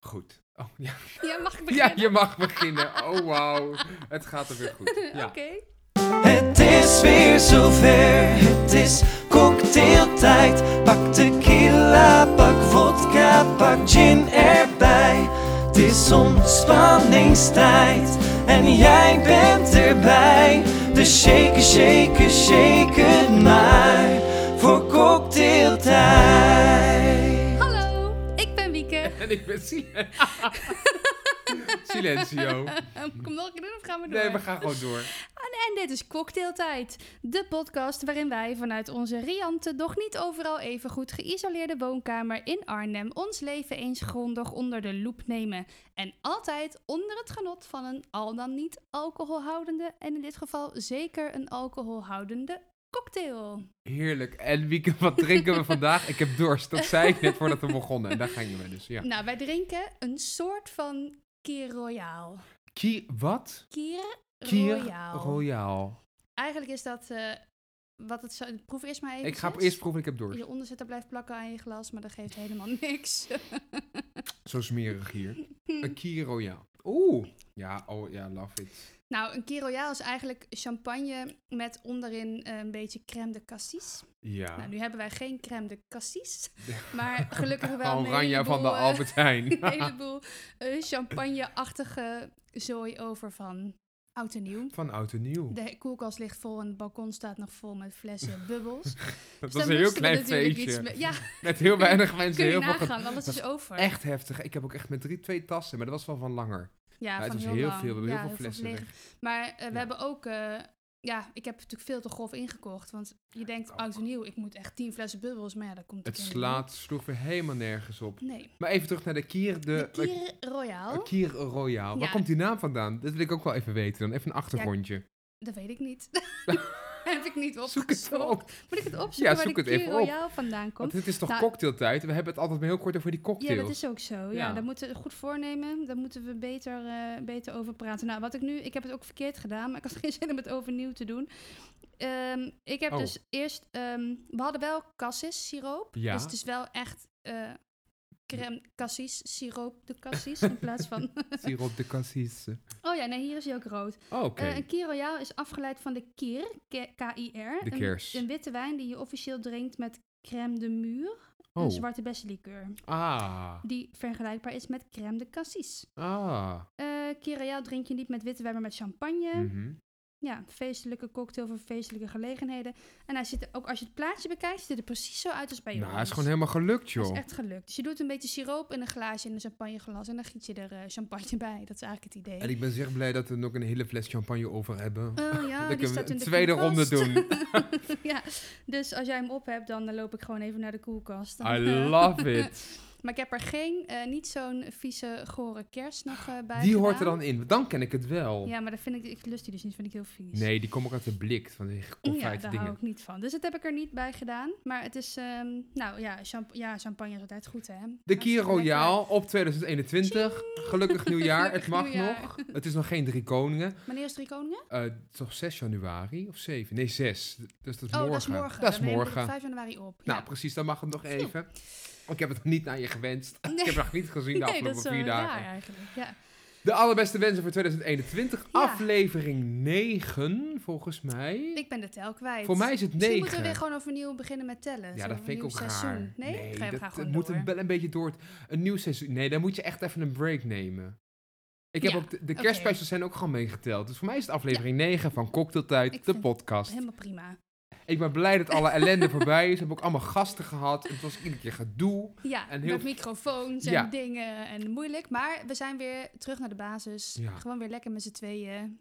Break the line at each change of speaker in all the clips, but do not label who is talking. Goed. Oh, ja.
Ja, mag ik
ja,
beginnen?
je mag beginnen. Oh, wauw. Het gaat er weer goed. Ja.
Oké.
Het is weer zover, het is cocktailtijd. Pak tequila, pak vodka, pak gin erbij. Het is ontspanningstijd en jij bent erbij. Dus shake, shake, shake het maar voor cocktailtijd.
Hallo, ik ben Wieke.
En ik ben Silen. Silencio.
Eh, Kom ik hem nog een keer doen of gaan we door?
Nee, we gaan gewoon door.
En dit is Cocktailtijd, de podcast waarin wij vanuit onze riante, doch niet overal even goed geïsoleerde woonkamer in Arnhem ons leven eens grondig onder de loep nemen. En altijd onder het genot van een al dan niet alcoholhoudende, en in dit geval zeker een alcoholhoudende cocktail.
Heerlijk. En Wieke, wat drinken we vandaag? Ik heb dorst. Dat zei ik net voordat we begonnen. En daar gingen we dus, ja.
Nou, wij drinken een soort van Kier Royale.
Kie, wat?
Kier,
Kier
Royale.
Royaal.
Eigenlijk is dat eh, wat het zo... Proef eerst maar even.
Ik ga eerst proeven, ik heb dorst.
Je onderzetter blijft plakken aan je glas, maar dat geeft helemaal niks.
Zo smerig hier. Een Kie Royaal. Oeh. Ja, oh ja, love it.
nou, een Key Royale is eigenlijk champagne met onderin eh, een beetje crème de cassis. Nou,
Ja.
nu hebben wij geen crème de cassis, maar gelukkig wel een
Oranje
heleboel,
van de
eh,
Albert Heijn.
een heleboel eh, champagne-achtige zooi over van oud en nieuw.
Van oud en nieuw.
De koelkast ligt vol en het balkon staat nog vol met flessen bubbels.
Dat was
Dus daar
een heel
moesten we
klein
natuurlijk iets
feestje.
mee- Ja,
Met heel weinig mensen,
kun je
heel veel ge-
nagaan, alles is over.
Echt heftig. Ik heb ook echt met drie, twee tassen, maar dat was wel van langer.
Ja,
Ja, het
van
was
heel,
heel
lang.
veel. We hebben
Ja,
heel veel flessen
liggen. Maar eh, we
Ja.
hebben ook... eh, ja, ik heb natuurlijk veel te grof ingekocht. Want je denkt,
ook.
oud en nieuw, ik moet echt tien flessen bubbels. Maar ja, dat komt
Het
natuurlijk niet.
slaat, sloeg weer helemaal nergens op.
Nee.
Maar even terug naar de Kier,
De
de, eh,
Kier Royale,
Kier Royaal. Waar
Ja.
komt die naam vandaan? Dat wil ik ook wel even weten dan. Even een achtergrondje.
dat weet ik niet. heb ik niet
Zoek het
opgezocht.
op.
Moet ik het opzoeken
zoek
waar
het
de Kier
even op.
Royale vandaan
Want
komt?
het is toch
Nou-
cocktailtijd? We hebben het altijd maar heel kort over die
Ja,
cocktails.
dat is ook zo. Ja,
Ja.
daar moeten we goed voornemen. Daar moeten we beter, eh, beter over praten. Nou, wat ik nu... Ik heb het ook verkeerd gedaan, maar ik had geen zin om het overnieuw te doen. Ehm, ik heb
Oh.
dus eerst... ehm, we hadden wel cassis siroop.
Ja.
Dus het is wel echt... eh crème cassis siroop de cassis in plaats van...
Siroop de cassis.
oh ja, nee, hier is hij ook rood.
Oh, Oké.
dus- Eh, een Kier Royale is afgeleid van de Kier, K- K-I-R.
De
Een-
kers.
Een, witte wijn die je officieel drinkt met crème de muur. Een
oh.
zwarte bessenlikeur.
Ah.
Die vergelijkbaar is met crème de cassis.
Ah.
Eh Kirajaal drink je niet met witte wijn, maar met champagne.
Mhm.
Ja, feestelijke cocktail voor feestelijke gelegenheden. En hij zit er- ook als je het plaatje bekijkt, ziet het er precies zo uit als bij
Nou,
ons.
hij is gewoon helemaal gelukt,
Dat
joh.
is echt gelukt. Dus je doet een beetje siroop in een glaasje in een champagneglas en dan giet je er eh, champagne bij. Dat is eigenlijk het idee.
En ik ben zeer blij dat we nog een hele fles champagne over hebben.
Oh ja,
Dan
die
kunnen we
staat in
een
de
tweede ronde
koelkast.
doen.
ja, dus als jij hem op hebt, dan eh, loop ik gewoon even naar de koelkast. Dan,
I
eh,
love it.
maar ik heb er geen, eh, niet zo'n vieze, gore kers nog eh, bij
Ah, Die hoort er
gedaan.
dan in. Want Dan ken ik het wel.
Ja, maar dat vind ik, ik lust die dus niet, vind ik heel vies.
Nee, die komt ook uit de blik van die
Ja, daar
geconfijte dingen.
hou ik niet van. Dus dat heb ik er niet bij gedaan. Maar het is, ehm, nou ja, champ ja, champagne is altijd goed, hè?
De Kier Royaal op 2021. Gelukkig nieuwjaar. Het mag
Gelukkig nieuwjaar.
nog. Het is nog geen drie koningen.
Wanneer is Drie Koningen? Oh,
Eh, toch 6 januari of 7? Nee, 6. Dus dat is
Oh,
morgen.
dat is morgen.
Dat is
Dan nemen we
morgen.
het 5 januari op.
Nou,
Ja.
precies. Dan mag het nog even. Ik heb het nog niet naar je gewenst.
Nee.
Ik heb het nog niet gezien de
Nee,
afgelopen
dat is wel
vier dagen.
raar eigenlijk. Ja.
De allerbeste wensen voor 2021.
Ja.
Aflevering 9, volgens mij.
Ik ben de tel kwijt.
Voor mij is het
Misschien moeten
9.
we weer gewoon overnieuw beginnen met tellen.
ja,
Zo,
dat vind ik
nieuw
ook
seizoen.
raar.
Nee, Ga- we
dat,
gaan
dat
gewoon
moet
door.
een- wel een beetje door het... Een nieuw seizoen... Nee, dan moet je echt even een break nemen. Ik heb
Ja,
ook... De, de
oké.
kerstspecials zijn ook gewoon meegeteld. Dus voor mij is het aflevering 9 van Cocktailtijd,
Ik
de
vind-
podcast.
Helemaal prima.
Ik ben blij dat alle ellende voorbij is. We hebben ook allemaal gasten gehad. Het was iedere keer gedoe.
Ja,
En heel-
met microfoons en
Ja.
dingen en moeilijk. Maar we zijn weer terug naar de basis.
Ja.
Gewoon weer lekker met z'n tweeën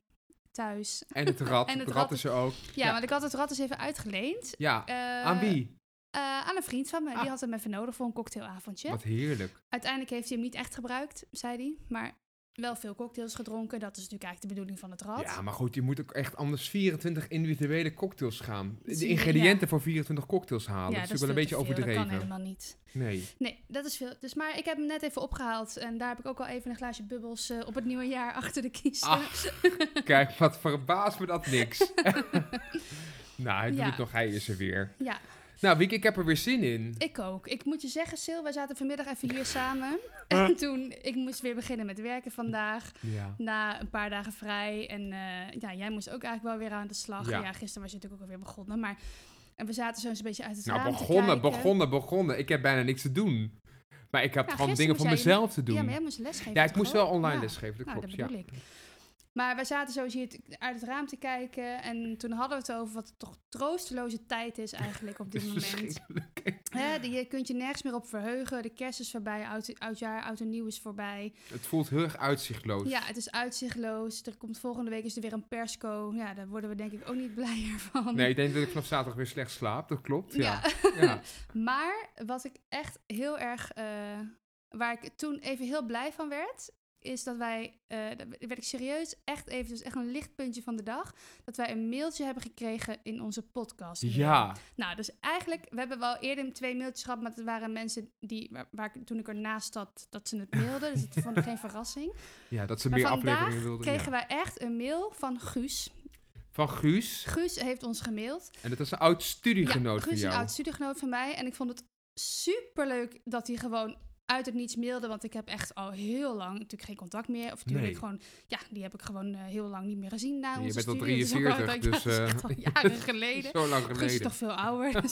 thuis.
En het rad.
En het
het
rad
rad is er ook.
Ja,
Ja.
want ik had het rad eens even uitgeleend.
Ja,
Eh,
aan wie?
eh, aan een vriend van me.
Ah.
Die had hem even nodig voor een cocktailavondje.
Wat heerlijk.
Uiteindelijk heeft hij hem niet echt gebruikt, zei hij. Maar wel veel cocktails gedronken. Dat is natuurlijk eigenlijk de bedoeling van het rad.
Ja, maar goed, je moet ook echt anders 24 individuele cocktails gaan. De
Zie-
ingrediënten voor 24 cocktails halen.
Ja,
dat is
veel
natuurlijk wel
te
een beetje
veel. Dat kan
overdreven.
helemaal niet.
Nee.
Nee, dat is veel. Dus, maar ik heb hem net even opgehaald. En daar heb ik ook al even een glaasje bubbels eh, op het nieuwe jaar achter de kiezen.
Ach, kijk, wat verbaast me dat niks. nou, hij doet
Ja.
het nog, hij is er weer.
Ja,
Nou, Wiek, ik heb er weer zin in.
ik ook. Ik moet je zeggen, Sil, wij zaten vanmiddag even hier samen.
Ah.
En toen, ik moest weer beginnen met werken vandaag.
Ja.
Na een paar dagen vrij. En eh, ja, jij moest ook eigenlijk wel weer aan de slag. Ja,
Ja.
gisteren was je natuurlijk ook alweer begonnen. Maar en we zaten zo eens een beetje uit het
Nou,
raam te
begonnen,
kijken.
begonnen, begonnen. Ik heb bijna niks te doen. Maar ik heb
Ja,
gewoon
Nou, gisteren
dingen voor
moest jij-
mezelf te doen.
Ja, maar
Ja,
jij moest lesgeven.
ik
toch
moest
ook?
wel online
Ja.
lesgeven, dat
Nou, dat
klopt. ja.
bedoel ik. Maar we zaten zo eens hier t- uit het raam te kijken. En toen hadden we het over wat toch troosteloze tijd is eigenlijk op
Dat
dit
is
moment.
verschrikkelijk.
Hè, die- je kunt je nergens meer op verheugen. De kerst is voorbij, oud, oudjaar, oud en nieuw is voorbij.
Het voelt heel erg uitzichtloos.
Ja, het is uitzichtloos. Er komt volgende week is er weer een persco. Ja, daar worden we denk ik ook niet blijer van.
Nee, ik denk dat ik vanaf zaterdag weer slecht slaap. Dat klopt. Ja.
Ja.
Ja. Ja.
Maar wat ik echt heel erg, eh, waar ik toen even heel blij van werd, is dat wij, eh, daar werd ik serieus echt even, dus echt een lichtpuntje van de dag, dat wij een mailtje hebben gekregen in onze podcast. Nou, dus eigenlijk, we hebben wel eerder twee mailtjes gehad, maar het waren mensen die, waar, waar ik- toen ik ernaast zat, dat ze het mailden. Dus het vond ik geen verrassing.
dat ze
Maar
meer
vandaag
afleveringen wilden. ja.
kregen wij echt een mail van Guus.
Van Guus.
Guus heeft ons gemaild.
En dat is een oud studiegenoot
Guus
van
is een
jou.
oud studiegenoot van mij. En ik vond het superleuk dat hij gewoon uit het niets mailde. Want ik heb echt al heel lang natuurlijk geen contact meer. Of natuurlijk
Nee.
gewoon... Ja, die heb ik gewoon eh, heel lang niet meer gezien na
je
onze
bent al
studie. Dat is ook wel
43, dus,
dat- dat is
eh,
echt al jaren geleden.
Zo lang
Guus is
geleden.
toch veel ouder. dus-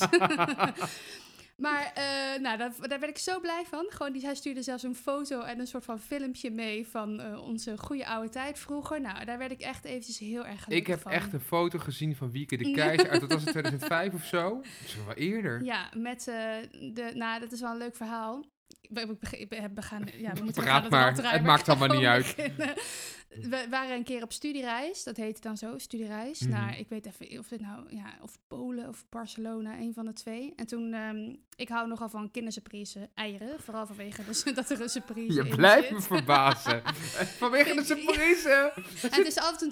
maar eh, nou, daar, daar werd ik zo blij van. Gewoon, die, hij stuurde zelfs een foto en een soort van filmpje mee... van eh, onze goede oude tijd vroeger. Nou, daar werd ik echt eventjes heel erg gelukkig
Ik heb
van.
echt een foto gezien van Wieke de
Ja.
Keizer uit, dat was in 2005 of zo. Dat is wel eerder.
Ja, met eh, de. Nou, dat is wel een leuk verhaal. We, we, beg- we, we gaan, ja, we moeten we
Praat
gaan
maar.
rad
Het
rijden.
maakt allemaal niet uit.
Beginnen. We waren een keer op studiereis, dat heette dan zo, studiereis,
Mhm.
naar, ik weet even of dit nou, ja, of Polen of Barcelona, een van de twee. En toen, ehm, ik hou nogal van kindersurprise eieren, vooral vanwege dus, dat er een surprise
Je
in
blijft
zit.
me verbazen. Vanwege de surprise.
En het is altijd een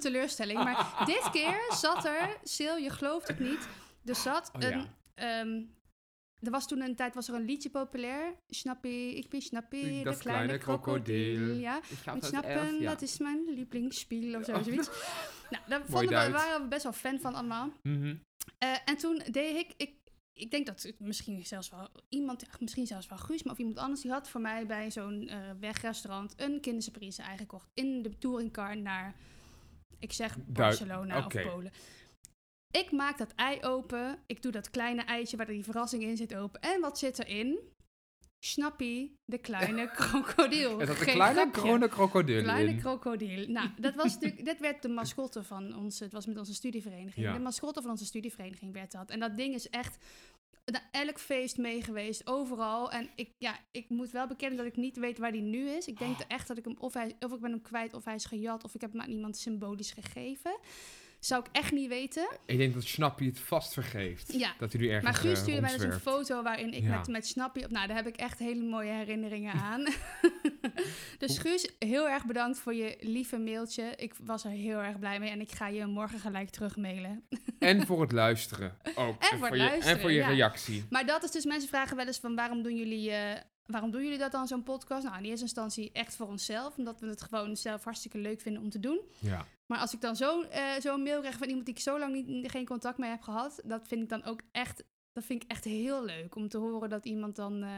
teleurstelling, maar dit keer zat er, Sil, je gelooft het niet, er zat
Oh,
een
ja.
Ehm, er was toen een tijd was er een liedje populair. Snappie, ik ben Snappie,
Dat
de kleine,
kleine
krokodil.
krokodil.
Ja. Met snappen, dat is mijn lievelingsspiel of zo, zoiets. Nou, daar vonden we,
Duits.
waren we best wel fan van allemaal.
Mhm.
Eh, en toen deed ik, ik, ik denk dat het misschien zelfs wel iemand, ja, misschien zelfs wel Guus, maar of iemand anders, die had voor mij bij zo'n eh, wegrestaurant een kindersurprise eigen gekocht in de touringcar naar, ik zeg Barcelona
oké.
of Polen. Ik maak dat ei open, ik doe dat kleine eitje waar die verrassing in zit open. En wat zit erin? Snappie, de kleine krokodil.
Er zat een
Geen
kleine
grapje.
groene krokodil
Kleine
in.
krokodil. Nou, dat was natuurlijk, dat werd de mascotte van onze, het was met onze studievereniging.
Ja.
De mascotte van onze studievereniging werd dat. En dat ding is echt naar elk feest mee geweest, overal. En ik, ja, ik moet wel bekennen dat ik niet weet waar die nu is. Ik
Oh.
denk echt dat ik hem, of, hij, of ik ben hem kwijt, of hij is gejat, of ik heb hem aan iemand symbolisch gegeven. Zou ik echt niet weten.
ik denk dat Snappy het vast vergeeft.
Ja.
Dat hij nu ergens
Maar Guus
eh,
stuurde mij dus een
rondzwerft.
foto waarin ik
Ja.
met, met Snappy op... Nou, daar heb ik echt hele mooie herinneringen aan. dus Guus, heel erg bedankt voor je lieve mailtje. Ik was er heel erg blij mee en ik ga je morgen gelijk terugmailen.
En voor het luisteren. Ook.
voor het
je,
luisteren,
En voor je
ja.
reactie.
Maar dat is dus... Mensen vragen wel eens van waarom doen jullie... eh, Waarom doen jullie dat dan, zo'n podcast? Nou, in eerste instantie echt voor onszelf. Omdat we het gewoon zelf hartstikke leuk vinden om te doen.
Ja.
Maar als ik dan zo'n eh, zo'n mail krijg van iemand die ik zo lang niet, geen contact mee heb gehad... Dat vind ik dan ook echt... Dat vind ik echt heel leuk om te horen dat iemand dan... eh,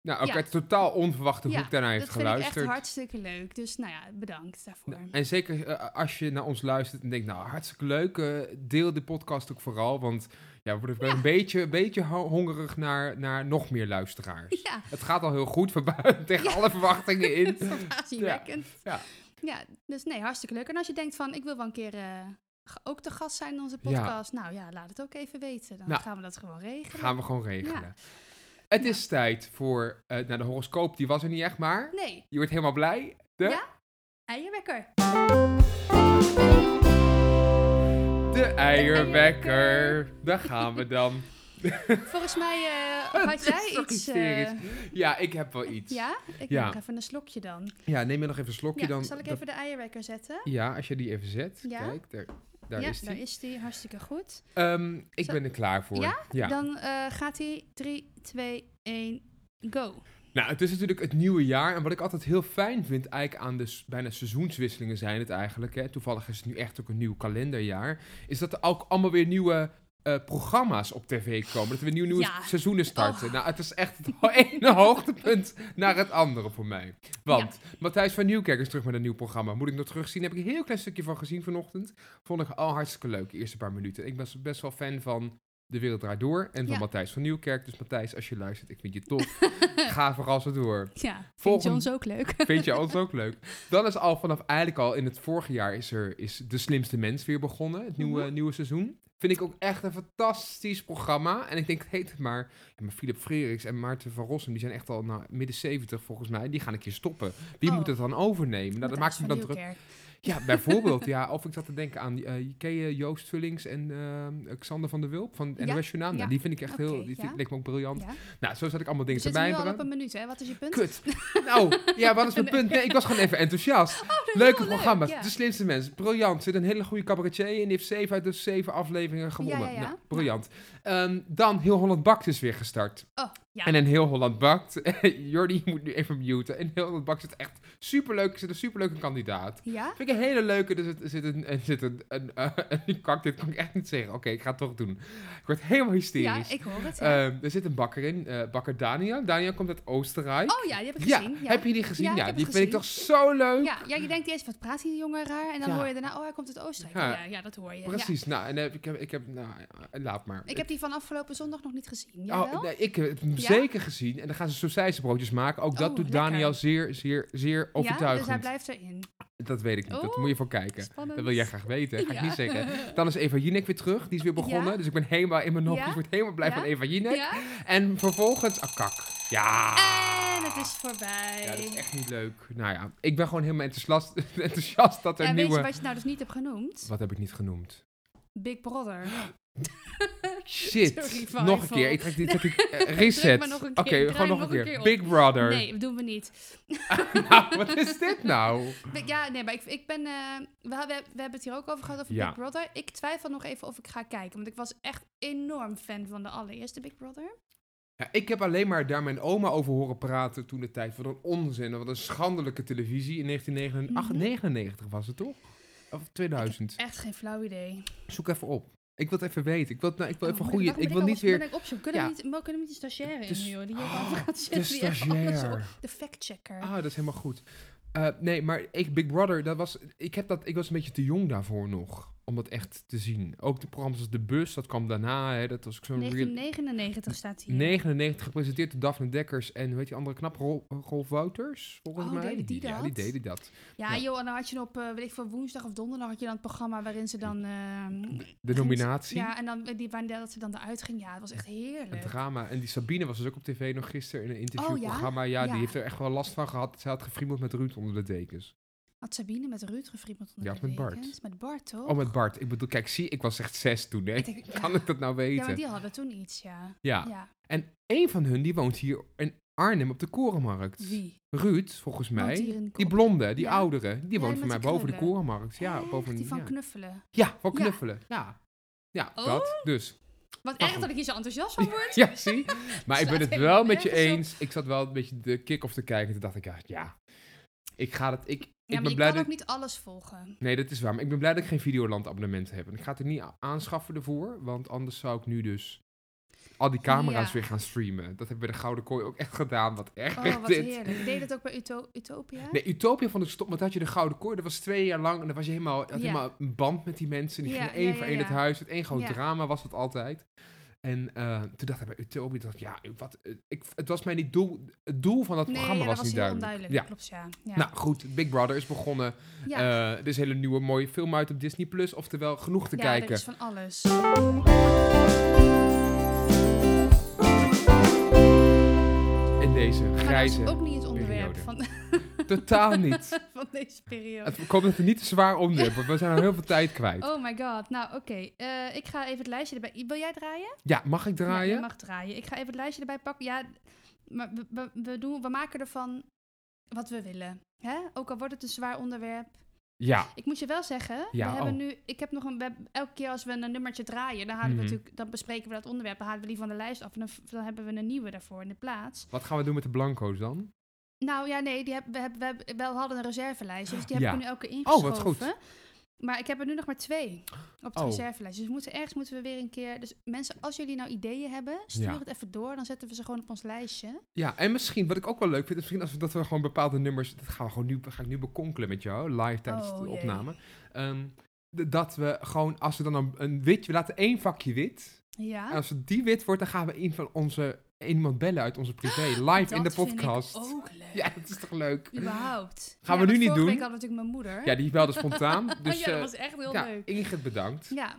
Nou, ook
Ja.
uit totaal onverwachte
Ja,
hoek daarna heeft
dat vind ik
geluisterd.
echt hartstikke leuk. Dus nou ja, bedankt daarvoor.
Nou, En zeker eh, als je naar ons luistert en denkt, nou, hartstikke leuk, eh, deel de podcast ook vooral, want ja, we worden wel een beetje, een beetje ho- hongerig naar, naar nog meer luisteraars.
Ja,
Het gaat al heel goed, we buiten tegen alle verwachtingen in.
verbazingwekkend. Ja.
ja.
dus nee, hartstikke leuk. En als je denkt van, ik wil wel een keer eh, ge- ook te gast zijn in onze podcast. Nou ja, laat het ook even weten. Dan
Nou,
gaan we dat gewoon regelen.
Gaan we gewoon regelen.
Ja.
Het is tijd voor, eh nou, de horoscoop, die was er niet echt, maar
Nee,
je wordt helemaal blij. De,
Ja. eierwekker.
de eierwekker. Daar gaan we dan.
Volgens mij eh, had
Het is
jij
toch
iets... eh,
hysterisch. Ja, ik heb wel iets. Ja,
ja, ik
Ja.
neem nog even een slokje dan.
neem je nog even een slokje
Ja,
dan.
zal ik
dat-
even de eierwekker zetten?
Ja, als je die even zet.
Ja.
Kijk, daar, daar
ja,
is
daar
die.
is die. Hartstikke goed.
Ehm, ik
Zo-
ben er klaar voor.
Ja? Dan eh, gaat hij 3, 2, 1, go.
Nou, het is natuurlijk het nieuwe jaar. En wat ik altijd heel fijn vind, eigenlijk aan de s- bijna seizoenswisselingen zijn het eigenlijk. Hè, toevallig is het nu echt ook een nieuw kalenderjaar. Is dat er ook allemaal weer nieuwe eh, programma's op tv komen. Dat we nieuw, nieuwe
Ja. Oh.
seizoenen starten. Nou, het is echt het ho- ene hoogtepunt naar het andere voor mij. Want Matthijs van Nieuwkerk is terug met een nieuw programma. Moet ik nog terugzien? Daar heb ik een heel klein stukje van gezien vanochtend. Vond ik al hartstikke leuk, de eerste paar minuten. Ik was best wel fan van De Wereld Draait Door en van
Ja.
Matthijs van Nieuwkerk. Dus Matthijs, als je luistert, ik vind je tof. Ga vooral zo door.
Ja, vind je
Volgende-
ons ook leuk?
Vind je ons ook leuk? Dan is al vanaf eigenlijk al in het vorige jaar is er is De Slimste Mens weer begonnen. Het nieuwe,
Mhm.
nieuwe seizoen. Vind ik ook echt een fantastisch programma. En ik denk, heet het maar. Ja, maar Philip Frederiks en Maarten van Rossum, die zijn echt al nou, midden 70 volgens mij. Die gaan een keer stoppen. Wie
Oh.
moet het dan overnemen? Nou, dat
Matthijs
maakt me
van
dan druk.
Nieuwkerk.
Ja, bijvoorbeeld. ja, of ik zat te denken aan die, eh, ken je Joost Vullings en eh, Xander van der Wulp van
Ja,
NOS Journaal. Nou,
ja.
Die vind ik echt heel,
Oké,
die vind,
ja.
leek me ook briljant.
Ja.
Nou, zo zat ik allemaal dingen
We
te
zitten nu al
mijmeren.
op een minuut, hè? Wat is je punt?
Kut. Nou, ja, wat is mijn punt? Nee, ik was gewoon even enthousiast.
dat is
Leuke
heel Oh, leuk,
programma's. Dus-
ja.
De slimste mensen. Briljant. Er zit een hele goede cabaretier in. Die heeft zeven uit de zeven afleveringen gewonnen.
ja, ja.
Nou, briljant. Ehm, dan Heel Holland Bakt is weer gestart.
Oh, ja.
En in Heel Holland Bakt... Jordi, je moet nu even muten. In Heel Holland Bakt zit echt superleuk, zit een superleuke kandidaat.
Ja?
Vind ik een hele leuke. Er zit, er zit een... Er zit een, een, eh, een kak, dit kan ik echt niet zeggen. Oké, ik ga het toch doen. Ik word helemaal hysterisch.
Ja, ik hoor het. ja.
Ehm, er zit een bakker in, eh, bakker Dania. Dania komt uit Oostenrijk.
oh ja, die heb ik gezien. Ja,
Heb je die gezien?
Ja,
Ja,
ik heb
die
het
vind ik
gezien.
toch zo leuk.
Ja, ja, je denkt eerst, wat praat die jongen raar? En dan
Ja.
hoor je daarna, oh, hij komt uit Oostenrijk. Ja,
Ja.
ja, dat hoor je. ja.
Precies. Nou, en eh, ik heb, ik heb nou, eh, laat maar.
Ik heb die van afgelopen zondag nog niet gezien.
Oh,
Jawel?
nee, ik heb het
Ja? dus
zeker gezien. En dan gaan ze sausijzenbroodjes maken. Ook dat
Oh,
doet
lekker.
Daniel zeer, zeer, zeer
Ja, dus
overtuigend.
hij blijft erin.
Dat weet ik niet. Dat
Oh,
moet je voor kijken.
Spannend.
Dat wil jij graag weten. Ga
Ja.
ik niet zeggen. Dan is Eva Jinek weer terug. Die is weer begonnen.
Ja?
Dus ik ben helemaal in mijn hoofd.
Ja?
Ik word helemaal blij
Ja?
van Eva Jinek.
Ja?
En vervolgens... Ah, kak. Ja.
En het is voorbij.
Ah. Ja, dat is echt niet leuk. Nou ja, ik ben gewoon helemaal enthousiast, enthousiast dat er
en weet
nieuwe...
je wat je nou dus niet hebt genoemd?
Wat heb ik niet genoemd?
Big Brother.
Shit.
Revival.
Nog een keer. Ik trek dit trek ik, eh,
Druk
reset.
maar nog een
Oké,
keer. Draai
gewoon nog een keer.
op.
Big Brother.
Nee, dat doen we niet.
nou, wat is dit nou?
Big- Ja, nee, maar ik, ik ben... eh, we, we, we hebben het hier ook over gehad, over
Ja.
Big Brother. Ik twijfel nog even of ik ga kijken. Want ik was echt enorm fan van de allereerste Big Brother.
Ja, ik heb alleen maar daar mijn oma over horen praten toen de tijd. Wat een onzin. Wat een schandelijke televisie.
Mhm.
In 1999 was het toch? Of 2000.
Echt geen flauw idee.
Zoek even op. Ik wil het even weten. Ik wil, het nou, ik wil
Oh,
even
maar
goede.
waarom
Ik
ben
wil niet
alles-
weer.
ben ik opzoeken? Kunnen,
Ja.
we niet, maar kunnen we niet de stagiaire
Dus-
in, joh? Die hier
Oh,
over gaat
De
zitten. die echt alles op-
stagiair.
De factchecker.
Ah, dat is helemaal goed. Eh, nee, maar ik, Big Brother, dat was, ik, heb dat, ik was een beetje te jong daarvoor nog. Om dat echt te zien. Ook de programma's als De Bus, dat kwam daarna. Hè, dat was ook zo'n real-
1999 staat hier.
99 gepresenteerd door Daphne Dekkers en weet je andere knap Rol- Rolf Wouters volgens
Oh,
mij.
deden die
Ja,
dat?
die deden dat.
Ja,
Ja.
joh, en dan had je op, eh, weet ik veel, woensdag of donderdag had je dan het programma waarin ze dan... ehm,
De nominatie,
Ja, en dan eh, die waarin dat ze dan eruit ging. Ja, het was echt
het
heerlijk.
drama. En die Sabine was dus ook op tv nog gisteren in een
Oh,
interviewprogramma.
ja?
ja?
Ja.
die heeft er echt wel last van gehad. Ze had gefriemeld met Ruud onder de dekens.
Had Sabine met Ruud gefriemeld onder
Ja,
de
met Bart.
dekens? Met Bart, toch?
Oh, met Bart. Ik bedoel, kijk, zie, ik was echt zes toen, hè.
Ik denk, ja.
Kan ik dat nou
ja,
weten?
maar die hadden toen iets, ja.
Ja.
Ja.
Eén van hun, die woont hier in Arnhem op de Korenmarkt.
Wie?
Ruud, volgens mij.
Woont hier in
Die
Kop-
blonde, die
Ja.
oudere, die
Ja,
woont
met
voor mij
die
boven de
krullen.
Korenmarkt. Ja,
Echt?
boven
Die van
ja.
knuffelen.
Ja, van
Ja.
knuffelen. Ja. Ja,
Oh.
dat. Dus.
Wat
Maar
erg
goed.
dat ik hier zo enthousiast van word.
Ja, zie. Maar ik ben
Slaat
het
helemaal
wel met je
nergens op.
eens. Ik zat wel een beetje de kick-off te kijken. Toen dacht ik, ja, ja. Ik ga dat. Ik,
Ja,
ik
maar
ben
je
blij
kan
dat.
ook niet alles volgen.
Nee, dat is waar. Maar ik ben blij dat ik geen Videoland abonnement heb. En ik ga het er niet a- aanschaffen ervoor. Want anders zou ik nu dus al die camera's
Ja.
weer gaan streamen. Dat hebben we de Gouden Kooi ook echt gedaan. Wat erg is
Oh, wat
dit.
heerlijk. Ik deed dat ook bij Uto- Utopia.
Nee, Utopia vond ik stop, want dan had je de Gouden Kooi. Dat was twee jaar lang en dan was je helemaal, had
Ja.
helemaal een band met die mensen. Die
Ja,
gingen
ja,
één
ja,
voor één
ja.
het huis. Het één groot
Ja.
drama was het altijd. En eh, toen dacht ik bij Utopia, dacht, ik, ja, wat, eh, ik, het was mij niet doel, het doel van dat
Nee,
programma
ja,
was,
dat was
niet
heel
duidelijk.
onduidelijk.
Ja.
Klopt, ja. ja.
Nou goed, Big Brother is begonnen.
ja.
Eh, er is een hele nieuwe mooie film uit op Disney+. Plus, Oftewel, genoeg te
ja, er
kijken.
is van alles.
In deze
Maar dat is
grijze.
ook niet het onderwerp van,
Totaal Oh, niet.
van deze periode.
Het, ik hoop dat het niet te zwaar onderwerp wordt. We zijn al heel veel tijd kwijt.
Oh my god. Nou, oké. Eh, ik ga even het lijstje erbij... Wil jij draaien?
Ja, mag ik
Ja,
draaien?
je mag draaien. Ik ga even het lijstje erbij pakken. Ja, maar we, we, we doen, we maken ervan wat we willen. Hè? Ook al wordt het een zwaar onderwerp.
Ja.
Ik moet je wel zeggen,
Ja,
we hebben
oh.
nu... Ik heb nog een... we hebben- elke keer als we een nummertje draaien, dan, halen
Mhm.
we natuurlijk, dan bespreken we dat onderwerp. Dan halen we die van de lijst af en dan, dan hebben we een nieuwe daarvoor in de plaats.
Wat gaan we doen met de blanco's dan?
Nou ja, nee, die heb, we, hebben, we, hebben- we hadden een reservelijst, dus die
Ja.
heb ik er nu elke keer
Oh, wat
ingeschoven.
goed.
Maar ik heb er nu nog maar twee op de
Oh.
reservelijst. Dus we moeten, ergens moeten we weer een keer... Dus mensen, als jullie nou ideeën hebben, stuur
Ja.
het even door. Dan zetten we ze gewoon op ons lijstje.
Ja, en misschien, wat ik ook wel leuk vind, is misschien als we, dat we gewoon bepaalde nummers, dat gaan we gewoon nu, ga ik nu bekonkelen met jou, live tijdens
Oh,
de
jee.
opname. Ehm, d- dat we gewoon, als we dan een, een wit, we laten één vakje wit. En
Ja.
als het die wit wordt, dan gaan we een van onze, een iemand bellen uit onze privé, live in de
Ah, Dat vind ik
podcast.
ook leuk.
Ja, dat is toch leuk?
Überhaupt.
Gaan we nu
Ja, want
niet
vorige
doen?
week hadden we natuurlijk mijn moeder.
Ja, die belde spontaan. Dus
Oh ja, dat
eh,
was echt heel
ja,
leuk.
Ingrid bedankt.
Ja.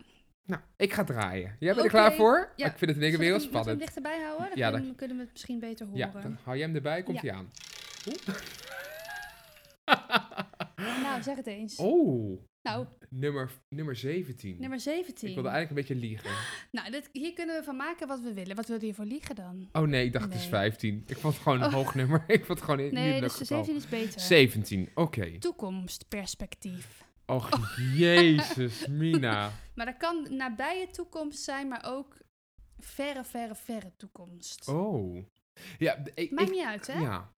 Nou, ik ga draaien. Jij bent
Oké,
er klaar voor?
ja.
Maar Ik vind het in één
Zullen
keer
we
heel
hem- moeten we hem
spannend.
dichterbij houden? Dan
Ja,
kunnen, we- kunnen we het misschien beter
Ja,
horen.
dan hou jij hem erbij, komt
Ja.
hij aan.
Nou, zeg het eens.
Oh,
Nou,
nummer, nummer 17.
nummer 17.
Ik wilde eigenlijk een beetje liegen.
Nou, dit, hier kunnen we van maken wat we willen. Wat wil je voor liegen dan?
Oh nee, ik dacht het is
Nee.
15. Ik vond het gewoon een
Oh.
hoog nummer. Ik vond het gewoon niet
Nee,
een leuk
dus de
getal.
17 is beter.
17, oké.
Toekomstperspectief.
Och,
Oh.
jezus, Mina.
Maar dat kan nabije toekomst zijn, maar ook verre, verre, verre toekomst.
Oh. Ja, d- ik...
Maakt
ik-
niet uit, hè?
ja.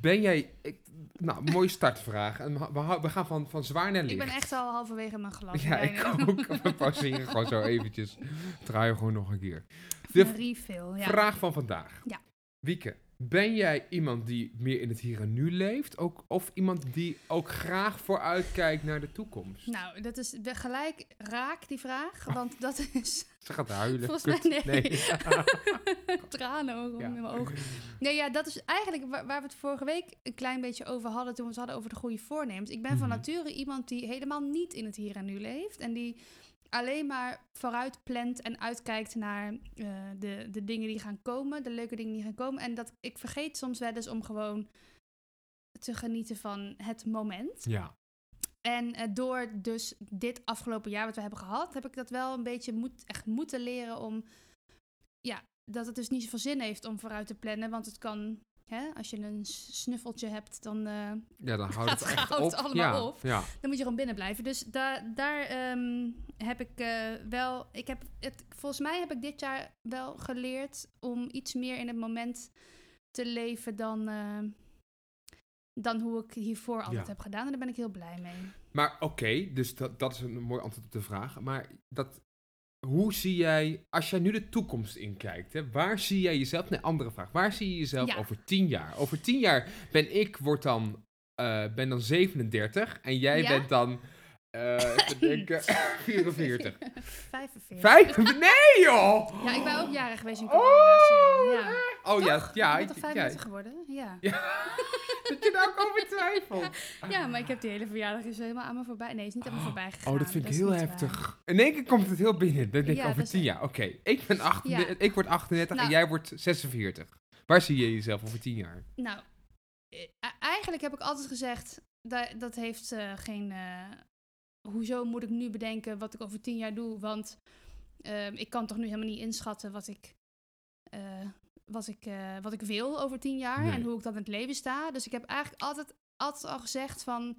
Ben jij... Ik, nou, mooie startvraag. En we, hou- we gaan van, van zwaar naar licht.
Ik ben echt al halverwege mijn glas.
Ja, ik
bijna.
ook. We pauzeren gewoon zo eventjes. Draaien we gewoon nog een keer.
Voor
De
een refill, ja.
Vraag van vandaag.
Ja.
Wieke, ben jij iemand die meer in het hier en nu leeft? Ook, of iemand die ook graag vooruitkijkt naar de toekomst?
Nou, dat is de- gelijk raak die vraag, want dat is
Ze gaat huilen.
volgens
Kut.
mij nee.
Nee.
Tranen ook om
Ja.
in mijn ogen. Nee, ja, dat is eigenlijk waar, waar we het vorige week een klein beetje over hadden toen we het hadden over de goede voornemens. Ik ben van
Mhm.
nature iemand die helemaal niet in het hier en nu leeft en die alleen maar vooruit plant en uitkijkt naar eh, de, de dingen die gaan komen, de leuke dingen die gaan komen. En dat ik vergeet soms wel eens om gewoon te genieten van het moment.
Ja.
En eh, door dus dit afgelopen jaar wat we hebben gehad, heb ik dat wel een beetje moet, echt moeten leren om... Ja, dat het dus niet zoveel zin heeft om vooruit te plannen. Want het kan, hè, als je een s- snuffeltje hebt, dan, eh,
ja, dan houdt het
Het
echt
houdt
op.
allemaal
ja.
op.
Ja.
dan moet je gewoon binnen blijven. Dus da- daar ehm, heb ik eh, wel... Ik heb het, volgens mij heb ik dit jaar wel geleerd om iets meer in het moment te leven dan... eh, dan hoe ik hiervoor altijd
Ja.
heb gedaan. En daar ben ik heel blij mee.
Maar oké, dus dat, dat is een mooi antwoord op de vraag. Maar dat, hoe zie jij, als jij nu de toekomst inkijkt, hè, waar zie jij jezelf? Nee, andere vraag. Waar zie je jezelf
Ja.
over tien jaar? Over tien jaar ben ik word dan, eh, ben dan 37 en jij
Ja?
bent dan eh te denken, 44.
45.
Vijf? Nee joh!
Ja, ik ben ook jaren geweest in corona.
Oh,
zo,
hè?
ja.
oh ja,
Toch?
ja,
ik
ik
ben toch vijf
ja,
meter geworden? Ja.
Ja. dat je daar ook over twijfelt.
ja, maar ik heb die hele verjaardag is helemaal aan me voorbij. Nee, is niet aan me voorbij gegaan.
Oh, dat vind ik
is
heel
niet waar.
heftig. In één keer komt het heel binnen. Dan denk ik
Ja,
over
dat is
tien jaar. Oké, ik, ben 38
Ja.
ik word 38 en
Nou.
jij wordt 46. Waar zie je jezelf over tien jaar?
Nou, eh, e- eigenlijk heb ik altijd gezegd, dat, dat heeft eh, geen... eh, hoezo moet ik nu bedenken wat ik over tien jaar doe? Want ehm, ik kan toch nu helemaal niet inschatten wat ik... eh, wat ik, eh, wat ik wil over tien jaar
Nee.
en hoe ik dan in het leven sta. Dus ik heb eigenlijk altijd, altijd al gezegd van...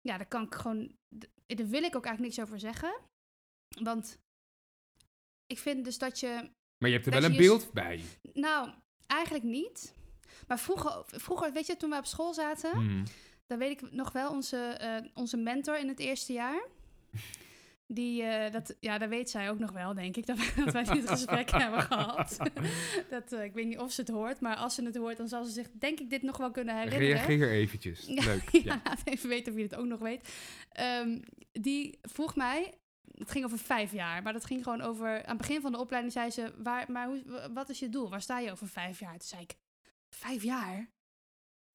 Ja, daar kan ik gewoon... d- Daar wil ik ook eigenlijk niks over zeggen. Want ik vind dus dat je...
Maar je hebt er
Dat
wel een
je je-
beeld bij.
Nou, eigenlijk niet. Maar vroeger, vroeger weet je, toen we op school zaten...
Hmm.
Dan weet ik nog wel onze, eh, onze mentor in het eerste jaar. Die, eh, dat, ja, dat weet zij ook nog wel, denk ik, dat, wij- dat wij dit gesprek hebben gehad. dat, eh, ik weet niet of ze het hoort, maar als ze het hoort, dan zal ze zich, denk ik, dit nog wel kunnen herinneren.
Reageer eventjes.
Ja,
Leuk.
ja,
Ja.
laat even weten of je het ook nog weet. Ehm, die vroeg mij, het ging over vijf jaar, maar dat ging gewoon over, aan het begin van de opleiding zei ze, waar, maar hoe, wa- wat is je doel? Waar sta je over vijf jaar? Toen zei ik, vijf jaar?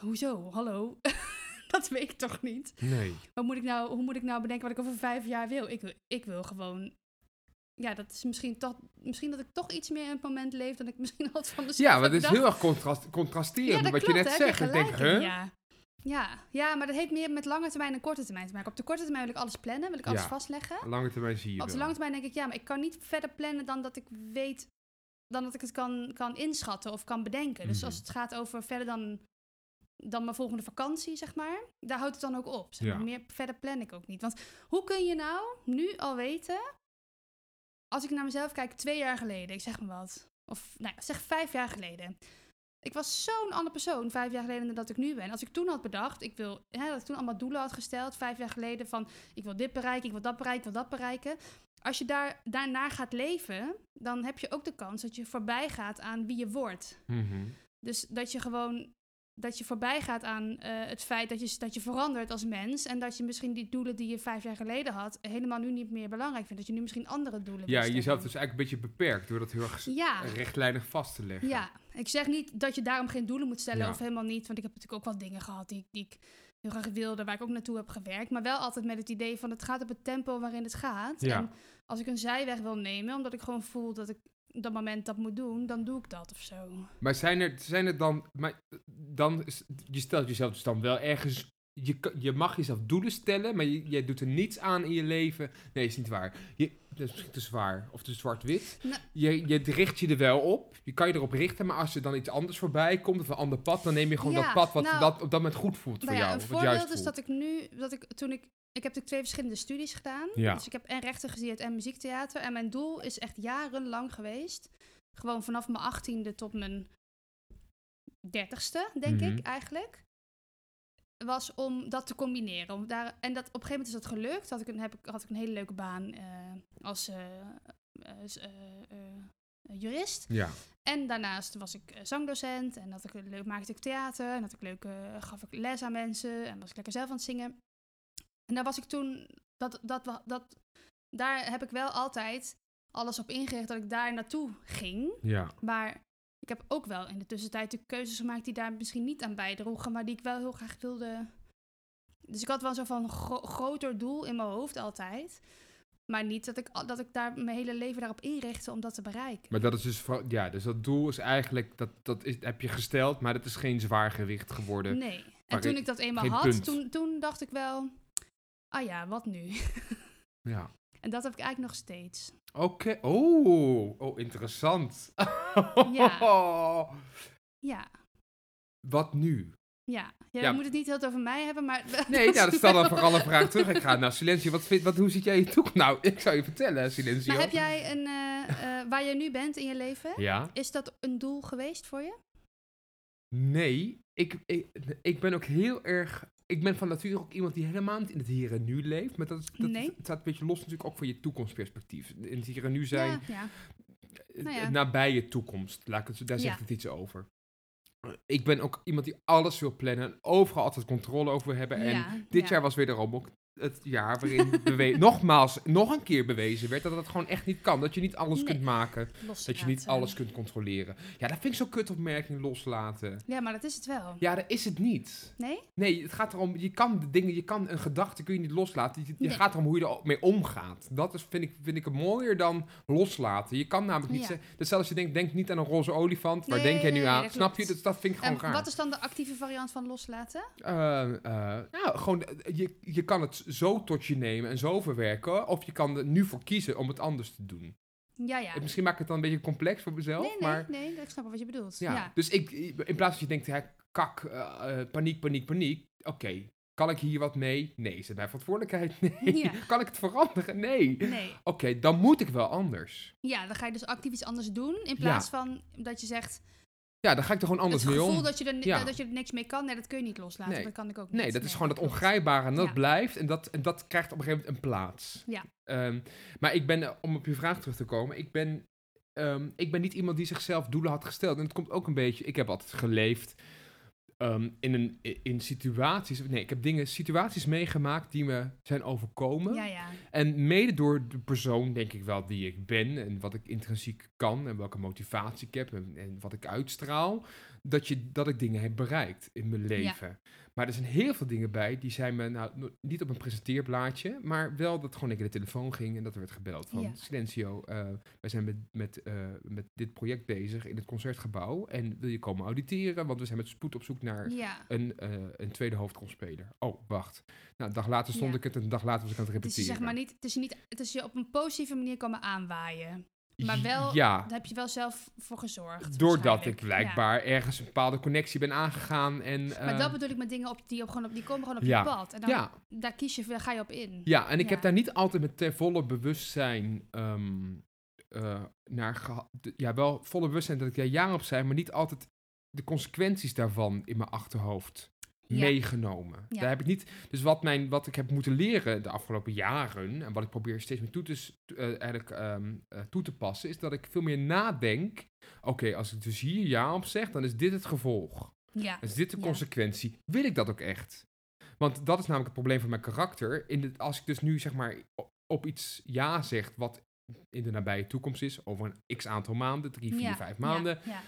Hoezo? Hallo? dat weet ik toch niet?
Nee.
Wat moet ik nou, hoe moet ik nou bedenken wat ik over vijf jaar wil? Ik, wil- ik wil gewoon... Ja, dat is misschien toch... Misschien dat ik toch iets meer in het moment leef dan ik misschien had van mezelf
Ja, maar het is
bedacht.
heel erg contrast, contrasterend
Ja,
met
dat
wat
klopt,
je net
daar heb
zegt. Ik denk,
gelijk
huh?
in, Ja. Ja, ja, maar dat heeft meer met lange termijn en korte termijn te maken. Op de korte termijn wil ik alles plannen, wil ik alles
Ja.
vastleggen.
Lange termijn zie je
Op de
wel.
lange termijn denk ik, ja, maar ik kan niet verder plannen dan dat ik weet, dan dat ik het kan, kan inschatten of kan bedenken. Dus
Mhm.
als het gaat over verder dan, dan mijn volgende vakantie, zeg maar, daar houdt het dan ook op. Zeg maar.
Ja.
Meer verder plan ik ook niet. Want hoe kun je nou nu al weten, als ik naar mezelf kijk twee jaar geleden, ik zeg maar wat, of nou, ja, zeg vijf jaar geleden. Ik was zo'n andere persoon vijf jaar geleden dan dat ik nu ben. Als ik toen had bedacht, ik wil, hè, dat ik toen allemaal doelen had gesteld, vijf jaar geleden van ik wil dit bereiken, ik wil dat bereiken, ik wil dat bereiken. Als je daar, daarna gaat leven, dan heb je ook de kans dat je voorbij gaat aan wie je wordt.
Mhm.
Dus dat je gewoon dat je voorbij gaat aan eh, het feit dat je, dat je verandert als mens. En dat je misschien die doelen die je vijf jaar geleden had, helemaal nu niet meer belangrijk vindt. Dat je nu misschien andere doelen
Ja,
wil
jezelf
stellen.
dus eigenlijk een beetje beperkt door dat heel erg s-
Ja,
rechtlijnig vast te leggen.
ja, ik zeg niet dat je daarom geen doelen moet stellen
Ja.
of helemaal niet. Want ik heb natuurlijk ook wel dingen gehad die, ik- die ik heel graag wilde, waar ik ook naartoe heb gewerkt. Maar wel altijd met het idee van het gaat op het tempo waarin het gaat.
Ja.
En als ik een zijweg wil nemen, omdat ik gewoon voel dat ik op dat moment dat moet doen, dan doe ik dat of zo.
Maar zijn er, zijn er dan, maar dan, is- je stelt jezelf dus dan wel ergens, je, kan- je mag jezelf doelen stellen, maar je, jij doet er niets aan in je leven. Nee, is niet waar. Je, dat is misschien te zwaar of te zwart-wit.
Nou-
Je, je richt je er wel op, je kan je erop richten, maar als er dan iets anders voorbij komt of een ander pad, dan neem je gewoon
Ja,
dat pad wat
nou,
dat, op dat moment goed voelt
Nou
voor
ja,
jou.
een
of wat juist
voorbeeld is
voelt.
dat ik nu, dat ik toen ik, ik heb natuurlijk twee verschillende studies gedaan.
Ja.
Dus ik heb en rechten gestudeerd en muziektheater. En mijn doel is echt jarenlang geweest. Gewoon vanaf mijn achttiende tot mijn dertigste, denk
Mhm.
ik eigenlijk. Was om dat te combineren. Om daar, en dat, op een gegeven moment is dat gelukt. Had ik een, heb ik, had ik een hele leuke baan eh, als eh, als, eh, eh, jurist.
Ja,
En daarnaast was ik eh, zangdocent en had ik een leuk, maakte ik theater en had ik leuk, eh, gaf ik les aan mensen en was ik lekker zelf aan het zingen. En daar was ik toen, dat, dat, wa- dat, daar heb ik wel altijd alles op ingericht dat ik daar naartoe ging.
ja.
Maar ik heb ook wel in de tussentijd de keuzes gemaakt die daar misschien niet aan bijdroegen, maar die ik wel heel graag wilde. Dus ik had wel zo van gro- groter doel in mijn hoofd altijd. Maar niet dat ik, al- dat ik daar mijn hele leven daarop inrichtte om dat te bereiken.
Maar dat is dus, vooral- ja, dus dat doel is eigenlijk, dat, dat is, heb je gesteld, maar dat is geen zwaar gewicht geworden.
Nee. En
Maar
toen
ik-
ik dat eenmaal
geen
had,
punt.
toen, toen dacht ik wel, ah ja, wat nu?
Ja.
En dat heb ik eigenlijk nog steeds.
Oké, oh, oh, interessant.
Ja,
Wat nu?
ja. ja,
Ja.
Je moet het niet heel veel over mij hebben, maar...
Nee, nou, dat stel dan vooral een vraag terug. Ik ga, nou, Silencio, wat vind, wat, hoe zit jij je toekomst? Nou, ik zou je vertellen, Silencio.
Maar heb jij een, eh, eh, waar je nu bent in je leven,
Ja?
is dat een doel geweest voor je?
Nee, ik, ik, ik ben ook heel erg... Ik ben van nature ook iemand die helemaal niet in het hier en nu leeft. Maar dat, is- dat
Nee.
is- staat een beetje los natuurlijk ook voor je toekomstperspectief. In het hier en nu zijn,
Ja, ja.
eh,
nou ja.
eh, nabije toekomst. Laat ik het, zo- daar zegt
Ja.
het iets over. Ik ben ook iemand die alles wil plannen en overal altijd controle over wil hebben. En
ja,
Dit
ja.
jaar was weer daarom ook het jaar waarin bewe- nogmaals, nog een keer bewezen werd dat dat gewoon echt niet kan. Dat je niet alles
Nee.
kunt maken.
Loslaten.
Dat je niet alles kunt controleren. Ja, dat vind ik zo'n kutopmerking loslaten.
Ja, maar dat is het wel.
Ja, dat is het niet.
Nee?
Nee, het gaat erom, je kan de dingen, je kan een gedachte kun je niet loslaten. Je, je
Nee.
gaat erom hoe je ermee omgaat. Dat is, vind, ik, vind ik het mooier dan loslaten. Je kan namelijk niet
Ja.
zeggen, dus zelfs als je denkt, denk niet aan een roze olifant. Waar
Nee,
denk jij nu
nee,
aan?
dat
Snap je?
klopt.
Dat, dat vind ik gewoon
En
raar.
wat is dan de actieve variant van loslaten?
Eh, eh, nou, gewoon, eh, je, je kan het zo tot je nemen en zo verwerken. Of je kan er nu voor kiezen om het anders te doen.
Ja, ja.
Eh, Misschien maak ik het dan een beetje complex voor mezelf.
nee, nee,
maar,
nee, ik snap wel wat je bedoelt.
Ja.
ja.
Dus ik, in plaats dat je denkt, hè, kak, eh, eh, paniek, paniek, paniek. Oké, kan ik hier wat mee? Nee. Is het mijn verantwoordelijkheid? Nee.
Ja.
Kan ik het veranderen? Nee. Oké,
Nee.
dan moet ik wel anders.
Ja, dan ga je dus actief iets anders doen. In plaats van dat je zegt.
Ja, dan ga ik er gewoon anders
het
mee
gevoel
om.
dat je, er, ni-
Ja.
dat je er niks mee kan, nee, dat kun je niet loslaten.
Nee.
Dat kan ik ook niet.
Nee, dat is gewoon dat ongrijpbare en dat blijft en dat, en dat krijgt op een gegeven moment een plaats.
Ja.
Ehm, maar ik ben, eh, om op je vraag terug te komen, ik ben, ehm, ik ben niet iemand die zichzelf doelen had gesteld. En het komt ook een beetje, ik heb altijd geleefd ehm, in, een, in situaties, nee, ik heb dingen, situaties meegemaakt die me zijn overkomen.
Ja, ja.
En mede door de persoon, denk ik wel, die ik ben en wat ik intrinsiek kan en welke motivatie ik heb en, en wat ik uitstraal, dat, je, dat ik dingen heb bereikt in mijn leven. Maar er zijn heel veel dingen bij, die zijn me, nou, no- niet op een presenteerblaadje, maar wel dat gewoon ik in de telefoon ging en dat er werd gebeld van
Ja.
Silencio, eh, wij zijn met, met, eh, met dit project bezig in het Concertgebouw en wil je komen auditeren, want we zijn met spoed op zoek naar
ja. Dus
een, eh, een tweede hoofdrolspeler. Oh, wacht. Nou, een dag later stond
Ja.
ik het en een dag later was ik aan het
Het is, je
repeteren.
zeg maar niet, het, is je niet, het is je op een positieve manier komen aanwaaien. Maar wel-
Ja,
Daar heb je wel zelf voor gezorgd.
doordat ik
waarschijnlijk. Ja.
blijkbaar ergens een bepaalde connectie ben aangegaan. En,
Maar
eh,
dat bedoel ik met dingen op die, op, gewoon op, die komen gewoon op
ja.
je pad. En dan,
ja,
daar kies je, daar ga je op in.
ja, en ik
Ja.
heb daar niet altijd met ter volle bewustzijn ehm, eh, naar gehad. Ja, wel volle bewustzijn dat ik daar jaren op zijn, maar niet altijd de consequenties daarvan in mijn achterhoofd
Ja.
meegenomen.
Ja.
Daar heb ik niet. Dus wat, mijn, wat ik heb moeten leren de afgelopen jaren en wat ik probeer steeds meer toe te, s- t- eh, eigenlijk, ehm, eh, toe te passen, is dat ik veel meer nadenk. Oké, als ik dus hier ja op zeg, dan is dit het gevolg.
Ja,
Is dit de
Ja.
consequentie? Wil ik dat ook echt? Want dat is namelijk het probleem van mijn karakter. In de, als ik dus nu zeg maar o- op iets ja zeg, wat in de nabije toekomst is, over een x aantal maanden, drie, vier,
ja,
vijf maanden,
Ja, ja.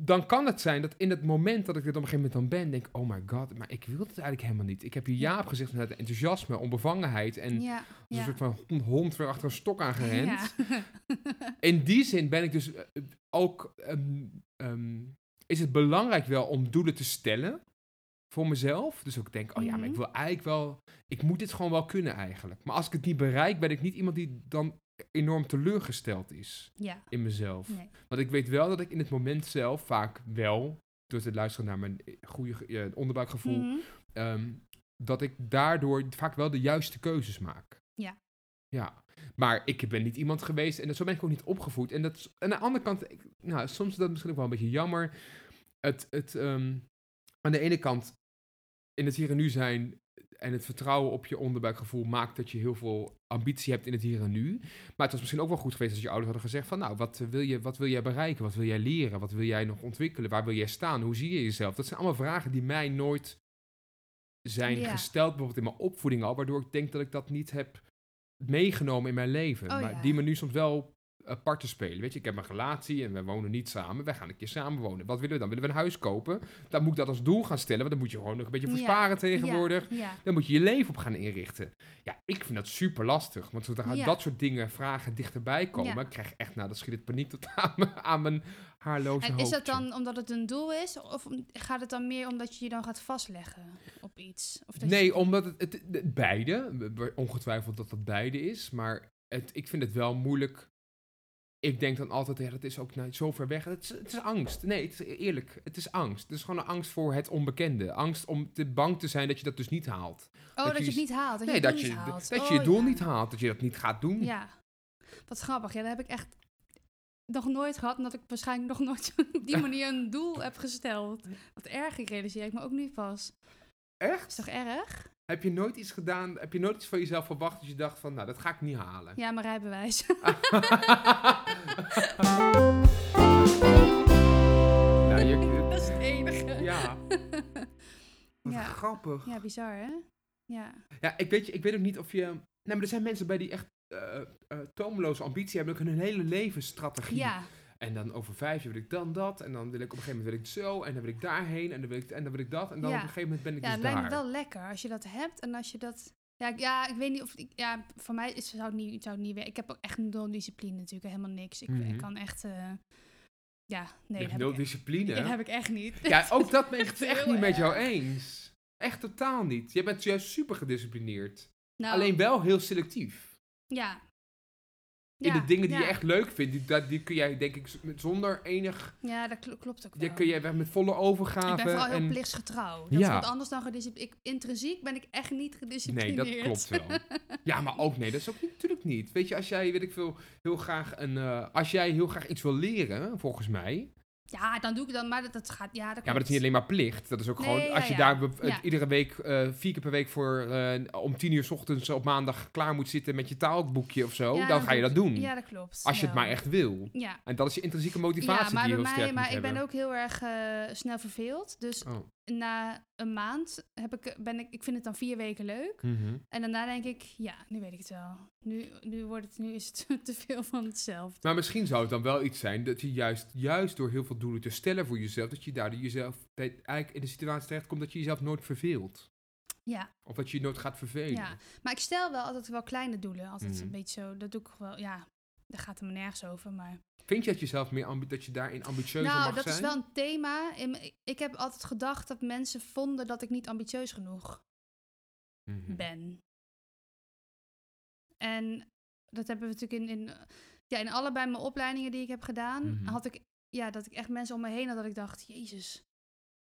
dan kan het zijn dat in het moment dat ik dit op een gegeven moment dan ben, denk ik, oh my god, maar ik wil dit eigenlijk helemaal niet. Ik heb hier ja op gezegd vanuit enthousiasme, onbevangenheid en
ja,
als een
ja.
soort van hond- hond weer achter een stok aangerend.
Ja.
In die zin ben ik dus eh, eh, ook, ehm, ehm, is het belangrijk wel om doelen te stellen voor mezelf. Dus ook denk, oh ja, maar ik
Mhm.
wil eigenlijk wel, ik moet dit gewoon wel kunnen eigenlijk. Maar als ik het niet bereik, ben ik niet iemand die dan enorm teleurgesteld is
ja,
in mezelf.
nee.
Want ik weet wel dat ik in het moment zelf vaak wel, door te luisteren naar mijn eh, goede ge- eh, onderbuikgevoel,
Mhm.
ehm, dat ik daardoor vaak wel de juiste keuzes maak.
Ja.
Ja. Maar ik ben niet iemand geweest en zo ben ik ook niet opgevoed. En dat is, aan de andere kant, ik- nou, soms is dat misschien ook wel een beetje jammer. Het, het, ehm, aan de ene kant, in het hier en nu zijn en het vertrouwen op je onderbuikgevoel maakt dat je heel veel ambitie hebt in het hier en nu. Maar het was misschien ook wel goed geweest als je ouders hadden gezegd van, nou, wat eh, wil, je, wat wil jij bereiken? Wat wil jij leren? Wat wil jij nog ontwikkelen? Waar wil jij staan? Hoe zie je jezelf? Dat zijn allemaal vragen die mij nooit zijn
Ja.
gesteld, bijvoorbeeld in mijn opvoeding al, waardoor ik denk dat ik dat niet heb meegenomen in mijn leven.
Oh,
maar
ja.
die me nu soms wel apart te spelen. Weet je, ik heb een relatie en we wonen niet samen. Wij gaan een keer samen wonen. Wat willen we dan? Willen we een huis kopen? Dan moet ik dat als doel gaan stellen, want dan moet je gewoon nog een beetje
Ja.
versparen tegenwoordig.
Ja, ja.
Dan moet je je leven op gaan inrichten. Ja, ik vind dat super lastig. Want zodra
Ja.
dat soort dingen, vragen dichterbij komen,
Ja.
ik krijg echt, nou, dat schiet het paniek tot aan, mijn- aan mijn haarloze
En is dat
hoofdje.
dan omdat het een doel is? Of om- gaat het dan meer omdat je je dan gaat vastleggen op iets? Of dat je-
Nee, omdat het, het, het- beide, we- we- ongetwijfeld dat dat beide is, maar het, ik vind het wel moeilijk. Ik denk dan altijd, ja, dat is ook nou, zo ver weg. Het is, het is angst. Nee, het is eerlijk. Het is angst. Het is gewoon een angst voor het onbekende. Angst om te bang te zijn dat je dat dus niet haalt.
oh, dat je
je
het niet haalt. Dat
nee,
je het
dat
doel
je,
niet haalt.
dat je je
Oh,
doel
ja.
niet haalt. Dat je dat niet gaat doen.
Ja. Wat grappig. Ja, dat heb ik echt nog nooit gehad. Omdat ik waarschijnlijk nog nooit op die manier een doel heb gesteld. Wat erg, ik realiseer ik me ook nu pas.
Echt?
Is toch erg?
Heb je nooit iets gedaan, heb je nooit iets van jezelf verwacht dat je dacht van, nou, dat ga ik niet halen?
Ja, mijn rijbewijs.
nou, je,
dat is het enige.
ja. Wat
Ja.
grappig.
Ja, bizar, hè? Ja.
Ja, ik weet, je- ik weet ook niet of je... Nee, maar er zijn mensen bij die echt eh eh, toomloze ambitie hebben. Ook hun hele levensstrategie.
Ja.
En dan over vijf jaar wil ik dan dat. En dan wil ik op een gegeven moment wil ik het zo. En dan wil ik daarheen. En dan wil ik, en dan wil ik dat. En dan
Ja.
op een gegeven moment ben ik
Ja, het
dus
lijkt me
daar.
wel lekker als je dat hebt en als je dat. Ja, ik, ja, ik weet niet of. Ik, ja, voor mij is, zou het niet, zou het niet weer. Ik heb ook echt nul discipline natuurlijk, helemaal niks. Ik, ik
Mhm.
kan echt. eh, ja,
Je
nee, dat
hebt
heb,
nul
ik, echt-
discipline.
dat heb ik echt niet.
Ja, ook dat ben ik het
Heel
echt niet met jou
erg.
eens. Echt totaal niet. Jij bent juist super gedisciplineerd.
Nou,
Alleen wel heel selectief.
Ja.
In de dingen die
ja.
je echt leuk vindt, die, dat- die kun jij denk ik z- met zonder enig...
Ja, dat kl- klopt ook. Wel.
Die kun jij weg met volle overgave.
ik ben vooral heel
en-
plichtsgetrouw. Dat is
Ja.
wat anders dan gedisciplineerd. Intrinsiek ben ik echt niet
Nee,
gedisciplineerd.
dat klopt wel. Ja, maar ook nee, dat is ook niet- natuurlijk niet. Weet je, als jij, weet ik veel, heel graag een... eh, als jij heel graag iets wil leren, volgens mij...
Ja, dan doe ik dan, maar dat, dat gaat. Ja,
Ja,
dat
maar dat is niet alleen maar plicht. Dat is ook
Nee,
gewoon...
ja,
als je
ja.
daar be-
Ja.
iedere week, eh, vier keer per week voor... eh, om tien uur 's ochtends op maandag klaar moet zitten met je taalboekje of zo...
Ja,
dan ga je
doe
dat doen.
Ja, dat klopt.
als je het
wel.
maar echt wil.
Ja.
En dat is je intrinsieke motivatie
ja, maar
die je
bij
heel sterk
mij,
moet
maar ik
hebben.
ben ook heel erg eh, snel verveeld. Dus
Oh.
na een maand heb ik, ben ik, ik vind het dan vier weken leuk.
Mhm.
En daarna denk ik, ja, nu weet ik het wel. Nu, nu, wordt het, nu is het te veel van hetzelfde.
Maar misschien zou het dan wel iets zijn dat je juist, juist door heel veel doelen te stellen voor jezelf, dat je daardoor jezelf bij- eigenlijk in de situatie terechtkomt dat je jezelf nooit verveelt.
Ja,
Of dat je je nooit gaat vervelen.
ja. Maar ik stel wel altijd wel kleine doelen. Altijd
Mhm.
een beetje zo, dat doe ik wel, ja. Daar gaat het me nergens over, maar...
Vind je dat, jezelf meer ambi- dat je daarin ambitieuzer
nou,
mag
dat
zijn?
is wel een thema. In mijn- ik heb altijd gedacht dat mensen vonden dat ik niet ambitieus genoeg
Mhm.
ben. En dat hebben we natuurlijk in, in, ja, in allebei mijn opleidingen die ik heb gedaan,
Mhm.
had ik, ja, dat ik echt mensen om me heen had dat ik dacht, jezus,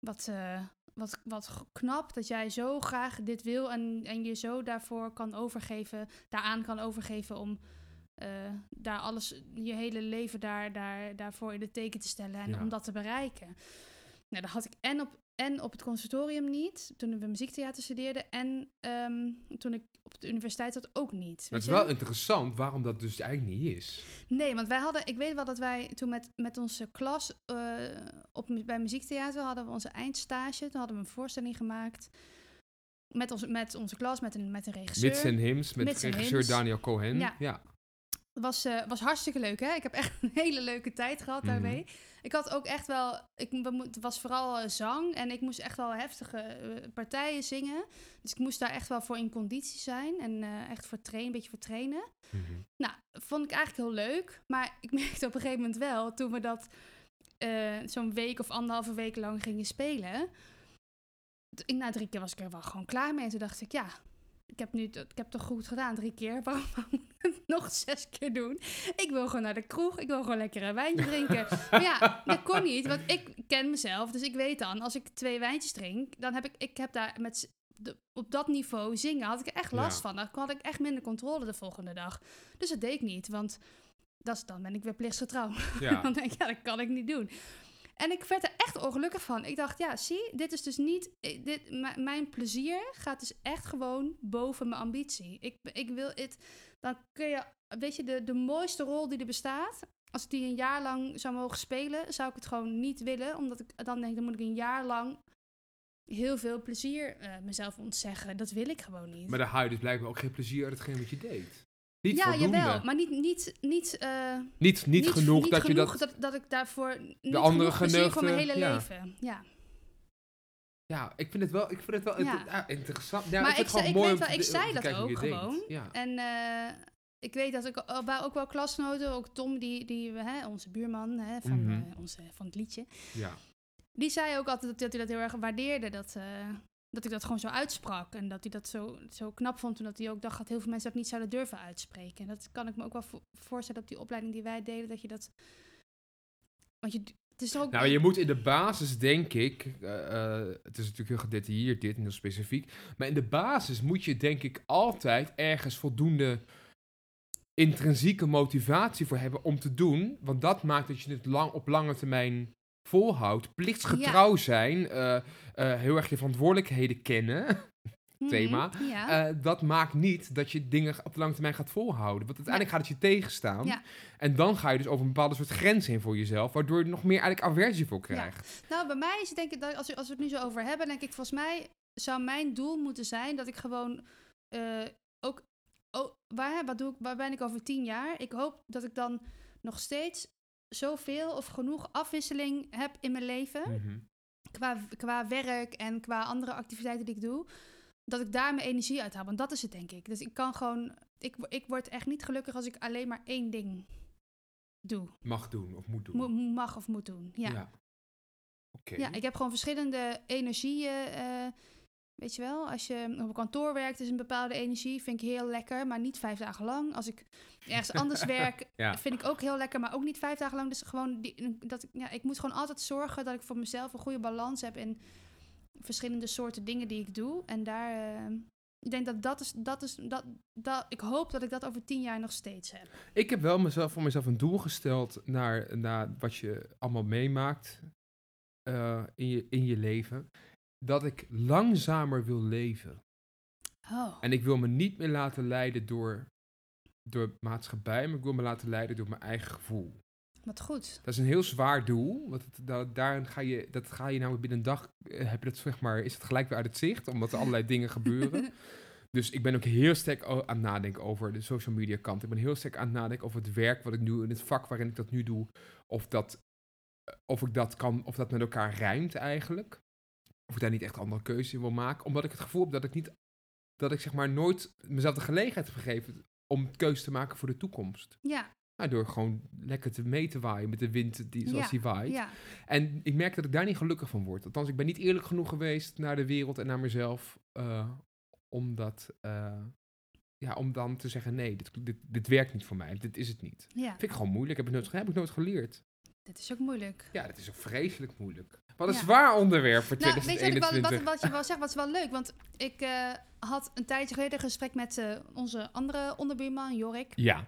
wat, eh, wat, wat g- knap dat jij zo graag dit wil en, en je zo daarvoor kan overgeven, daaraan kan overgeven om eh, daar alles, je hele leven daar, daar, daarvoor in het teken te stellen en
Ja.
om dat te bereiken. Nou, dat had ik en op, en op het conservatorium niet, toen we muziektheater studeerden, en ehm, toen ik op de universiteit zat ook niet.
Maar het
weet
is
je
wel interessant waarom dat dus eigenlijk niet is.
Nee, want wij hadden, ik weet wel dat wij toen met, met onze klas eh, op, mu- bij muziektheater hadden we onze eindstage. Toen hadden we een voorstelling gemaakt met, ons, met onze klas, met een, met een regisseur.
Mits en Hims met
Mits en
regisseur
Hims.
Daniel Cohen.
Ja.
Ja.
was, eh, was hartstikke leuk, hè? Ik heb echt een hele leuke tijd gehad
Mhm.
daarmee. Ik had ook echt wel... Ik, we mo- het was vooral eh, zang en ik moest echt wel heftige eh, partijen zingen. Dus ik moest daar echt wel voor in conditie zijn en eh, echt voor trainen, een beetje voor trainen.
Mhm.
Nou, vond ik eigenlijk heel leuk. Maar ik merkte op een gegeven moment wel, toen we dat eh, zo'n week of anderhalve week lang gingen spelen. t- ik- Na drie keer was ik er wel gewoon klaar mee. En toen dacht ik, ja, ik heb, nu, dat- ik heb toch goed gedaan drie keer. Waarom moet ik het nog zes keer doen? Ik wil gewoon naar de kroeg. Ik wil gewoon lekker een wijntje drinken. maar ja, dat kon niet. Want ik ken mezelf. Dus ik weet dan, als ik twee wijntjes drink, dan heb ik, ik heb daar met, z- de- op dat niveau zingen, had ik er echt last
Ja.
van. Dan had ik echt minder controle de volgende dag. Dus dat deed ik niet, want dat is, dan ben ik weer plichtsgetrouw.
ja.
Dan denk ik, ja, dat kan ik niet doen. En ik werd er echt ongelukkig van. Ik dacht, ja, zie, dit is dus niet... eh, Dit, m- mijn plezier gaat dus echt gewoon boven mijn ambitie. Ik, ik wil het... Dan kun je... Weet je, de, de mooiste rol die er bestaat... Als ik die een jaar lang zou mogen spelen... zou ik het gewoon niet willen. Omdat ik dan denk, dan moet ik een jaar lang... heel veel plezier eh, mezelf ontzeggen. Dat wil ik gewoon niet.
Maar daar haal je dus blijkbaar ook geen plezier uit hetgeen wat je deed. Niet
ja,
voldoende.
jawel. Maar niet... niet, niet eh,
Niet, niet, genoeg dat je
genoeg
dat...
dat... dat ik daarvoor niet
andere
genoeg plezier voor mijn
geneugten,
hele
ja.
leven. Ja.
Ja, ik vind het wel, ik vind het wel
Ja.
inter- ah, interessant. Ja,
Maar
vind het gewoon
ik zei- ik
mooi om
weet wel,
te-
ik
om
zei
te
dat
kijken hoe
ook
je denkt.
gewoon.
Ja.
En eh, ik weet dat ik al- bij ook wel klasgenoten, ook Tom, die, die, we- hè, onze buurman hè, van,
Mhm.
eh, onze, van het liedje,
ja.
die zei ook altijd dat, dat hij dat heel erg waardeerde. Dat, eh, dat ik dat gewoon zo uitsprak. En dat hij dat zo, zo knap vond. Toen dat hij ook dacht dat heel veel mensen dat niet zouden durven uitspreken. En dat kan ik me ook wel vo- voorstellen op die opleiding die wij deden. Dat je dat. Want je, het is toch ook.
Nou, je moet in de basis, denk ik, eh, eh, het is natuurlijk heel gedetailleerd dit en heel specifiek, maar in de basis moet je denk ik altijd ergens voldoende intrinsieke motivatie voor hebben om te doen, want dat maakt dat je het lang, op lange termijn volhoudt, plichtsgetrouw zijn, eh, eh, heel erg je verantwoordelijkheden kennen,
Mhm,
thema.
Ja.
Eh, dat maakt niet dat je dingen op de lange termijn gaat volhouden. Want uiteindelijk gaat het je tegenstaan.
Ja.
En dan ga je dus over een bepaalde soort grens heen voor jezelf, waardoor je er nog meer eigenlijk aversie voor krijgt.
Nou, bij mij is het denk ik, dat als, we- als we het nu zo over hebben, denk ik, volgens mij zou mijn doel moeten zijn dat ik gewoon eh, ook, oh, waar, wat doe ik, waar ben ik over tien jaar? Ik hoop dat ik dan nog steeds zoveel of genoeg afwisseling heb in mijn leven,
Mhm.
qua, qua werk en qua andere activiteiten die ik doe, dat ik daar mijn energie uit haal. Want dat is het, denk ik. Dus ik kan gewoon, ik, wo- ik word echt niet gelukkig als ik alleen maar één ding doe,
mag doen of moet doen.
Mo- mag of moet doen. ja.
Oké.
Ja, ik heb gewoon verschillende energieën. eh, weet je wel, als je eh, op een kantoor werkt, is een bepaalde energie. Vind ik heel lekker, maar niet vijf dagen lang. Als ik ergens anders werk,
Ja.
vind ik ook heel lekker, maar ook niet vijf dagen lang. Dus gewoon, die, dat, ik- ja, ik moet gewoon altijd zorgen dat ik voor mezelf een goede balans heb in verschillende soorten dingen die ik doe. En daar, eh, ik denk dat dat is, dat is, dat, dat, ik hoop dat ik dat over tien jaar nog steeds heb.
Ik heb wel mezelf, voor mezelf een doel gesteld naar, naar wat je allemaal meemaakt eh, in, je, in je leven. Dat ik langzamer wil leven.
Oh,
En ik wil me niet meer laten leiden door, door maatschappij, maar ik wil me laten leiden door mijn eigen gevoel.
wat goed.
Dat is een heel zwaar doel, want het, da- daarin ga je, dat ga je namelijk binnen een dag, eh, heb je dat, zeg maar, is het gelijk weer uit het zicht, omdat er allerlei dingen gebeuren. Dus ik ben ook heel sterk o- aan het nadenken over de social media kant. Ik ben heel sterk aan het nadenken over het werk wat ik nu, in het vak waarin ik dat nu doe, of dat, eh, of ik dat kan, of dat met elkaar rijmt eigenlijk. Of ik daar niet echt andere keuze in wil maken, omdat ik het gevoel heb dat ik niet, dat ik zeg maar nooit mezelf de gelegenheid heb gegeven om keuze te maken voor de toekomst.
Ja,
Nou, door gewoon lekker te mee te waaien met de wind die, zoals
Ja,
die waait.
ja.
En ik merk dat ik daar niet gelukkig van word. Althans, ik ben niet eerlijk genoeg geweest naar de wereld en naar mezelf. eh, om, dat, eh, ja, om dan te zeggen, nee, dit, dit, dit werkt niet voor mij. Dit is het niet.
Ja,
Vind ik gewoon moeilijk. Heb ik nooit, heb ik nooit geleerd.
dit is ook moeilijk.
Ja, dat is ook vreselijk moeilijk. Wat een
Ja.
zwaar onderwerp voor
Nou, weet je wat, ik
2021.
wel- wat, wat je wel zegt, wat is wel leuk. Want ik eh, had een tijdje geleden een gesprek met eh, onze andere onderbuurman, Jorik.
Ja.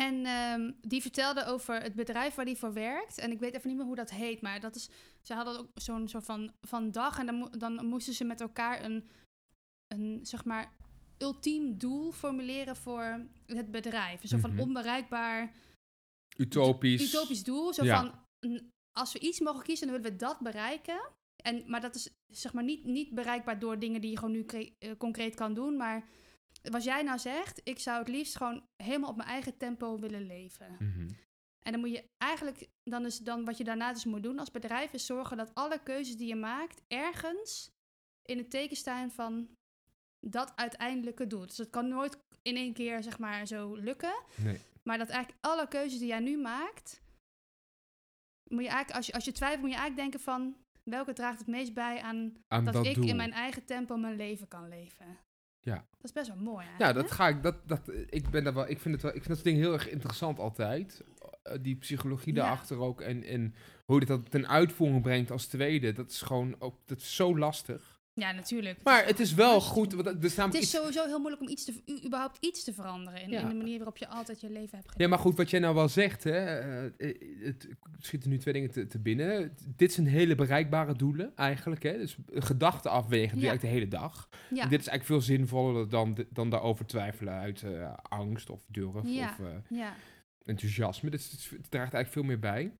En ehm, die vertelde over het bedrijf waar die voor werkt. En ik weet even niet meer hoe dat heet, maar dat is, ze hadden ook zo'n soort van, van dag. En dan, mo- dan moesten ze met elkaar een, een, zeg maar, ultiem doel formuleren voor het bedrijf. Een soort
Mhm.
van onbereikbaar
Utopisch.
utopisch doel. Zo
Ja.
van, n- als we iets mogen kiezen, dan willen we dat bereiken. En, maar dat is zeg maar niet, niet bereikbaar door dingen die je gewoon nu cre- eh, concreet kan doen. Maar wat jij nou zegt, ik zou het liefst gewoon helemaal op mijn eigen tempo willen leven.
Mhm.
En dan moet je eigenlijk, dan is dan wat je daarna dus moet doen als bedrijf, is zorgen dat alle keuzes die je maakt ergens in het teken staan van dat uiteindelijke doel. Dus dat kan nooit in één keer zeg maar zo lukken.
Nee.
Maar dat eigenlijk alle keuzes die jij nu maakt, moet je eigenlijk, als je, als je twijfelt, moet je eigenlijk denken van welke draagt het meest bij aan
Aan
dat,
dat,
ik
doel.
in mijn eigen tempo mijn leven kan leven.
Ja.
Dat is best wel mooi eigenlijk.
Ja,
hè?
dat ga ik. Dat, dat, ik, ben daar wel, ik, vind het wel, ik vind dat ding heel erg interessant altijd. Eh, Die psychologie
Ja.
daarachter ook. En, en hoe dit dat ten uitvoering brengt als tweede. Dat is gewoon ook dat is zo lastig.
Ja, natuurlijk.
Maar het is wel
hartstikke
goed. Want er is
Het
namelijk
is
iets-
sowieso heel moeilijk om iets te, u- überhaupt iets te veranderen in,
Ja.
in de manier waarop je altijd je leven hebt gedaan.
Ja, maar goed, wat jij nou wel zegt, hè, eh, eh, het schieten nu twee dingen te, te binnen. Dit zijn hele bereikbare doelen eigenlijk. Hè? Dus gedachten afwegen, die
Ja.
eigenlijk de hele dag.
Ja,
En Dit is eigenlijk veel zinvoller dan, dan daarover twijfelen uit eh, angst of durf
Ja.
of eh,
ja.
enthousiasme. Dus het, het draagt eigenlijk veel meer bij.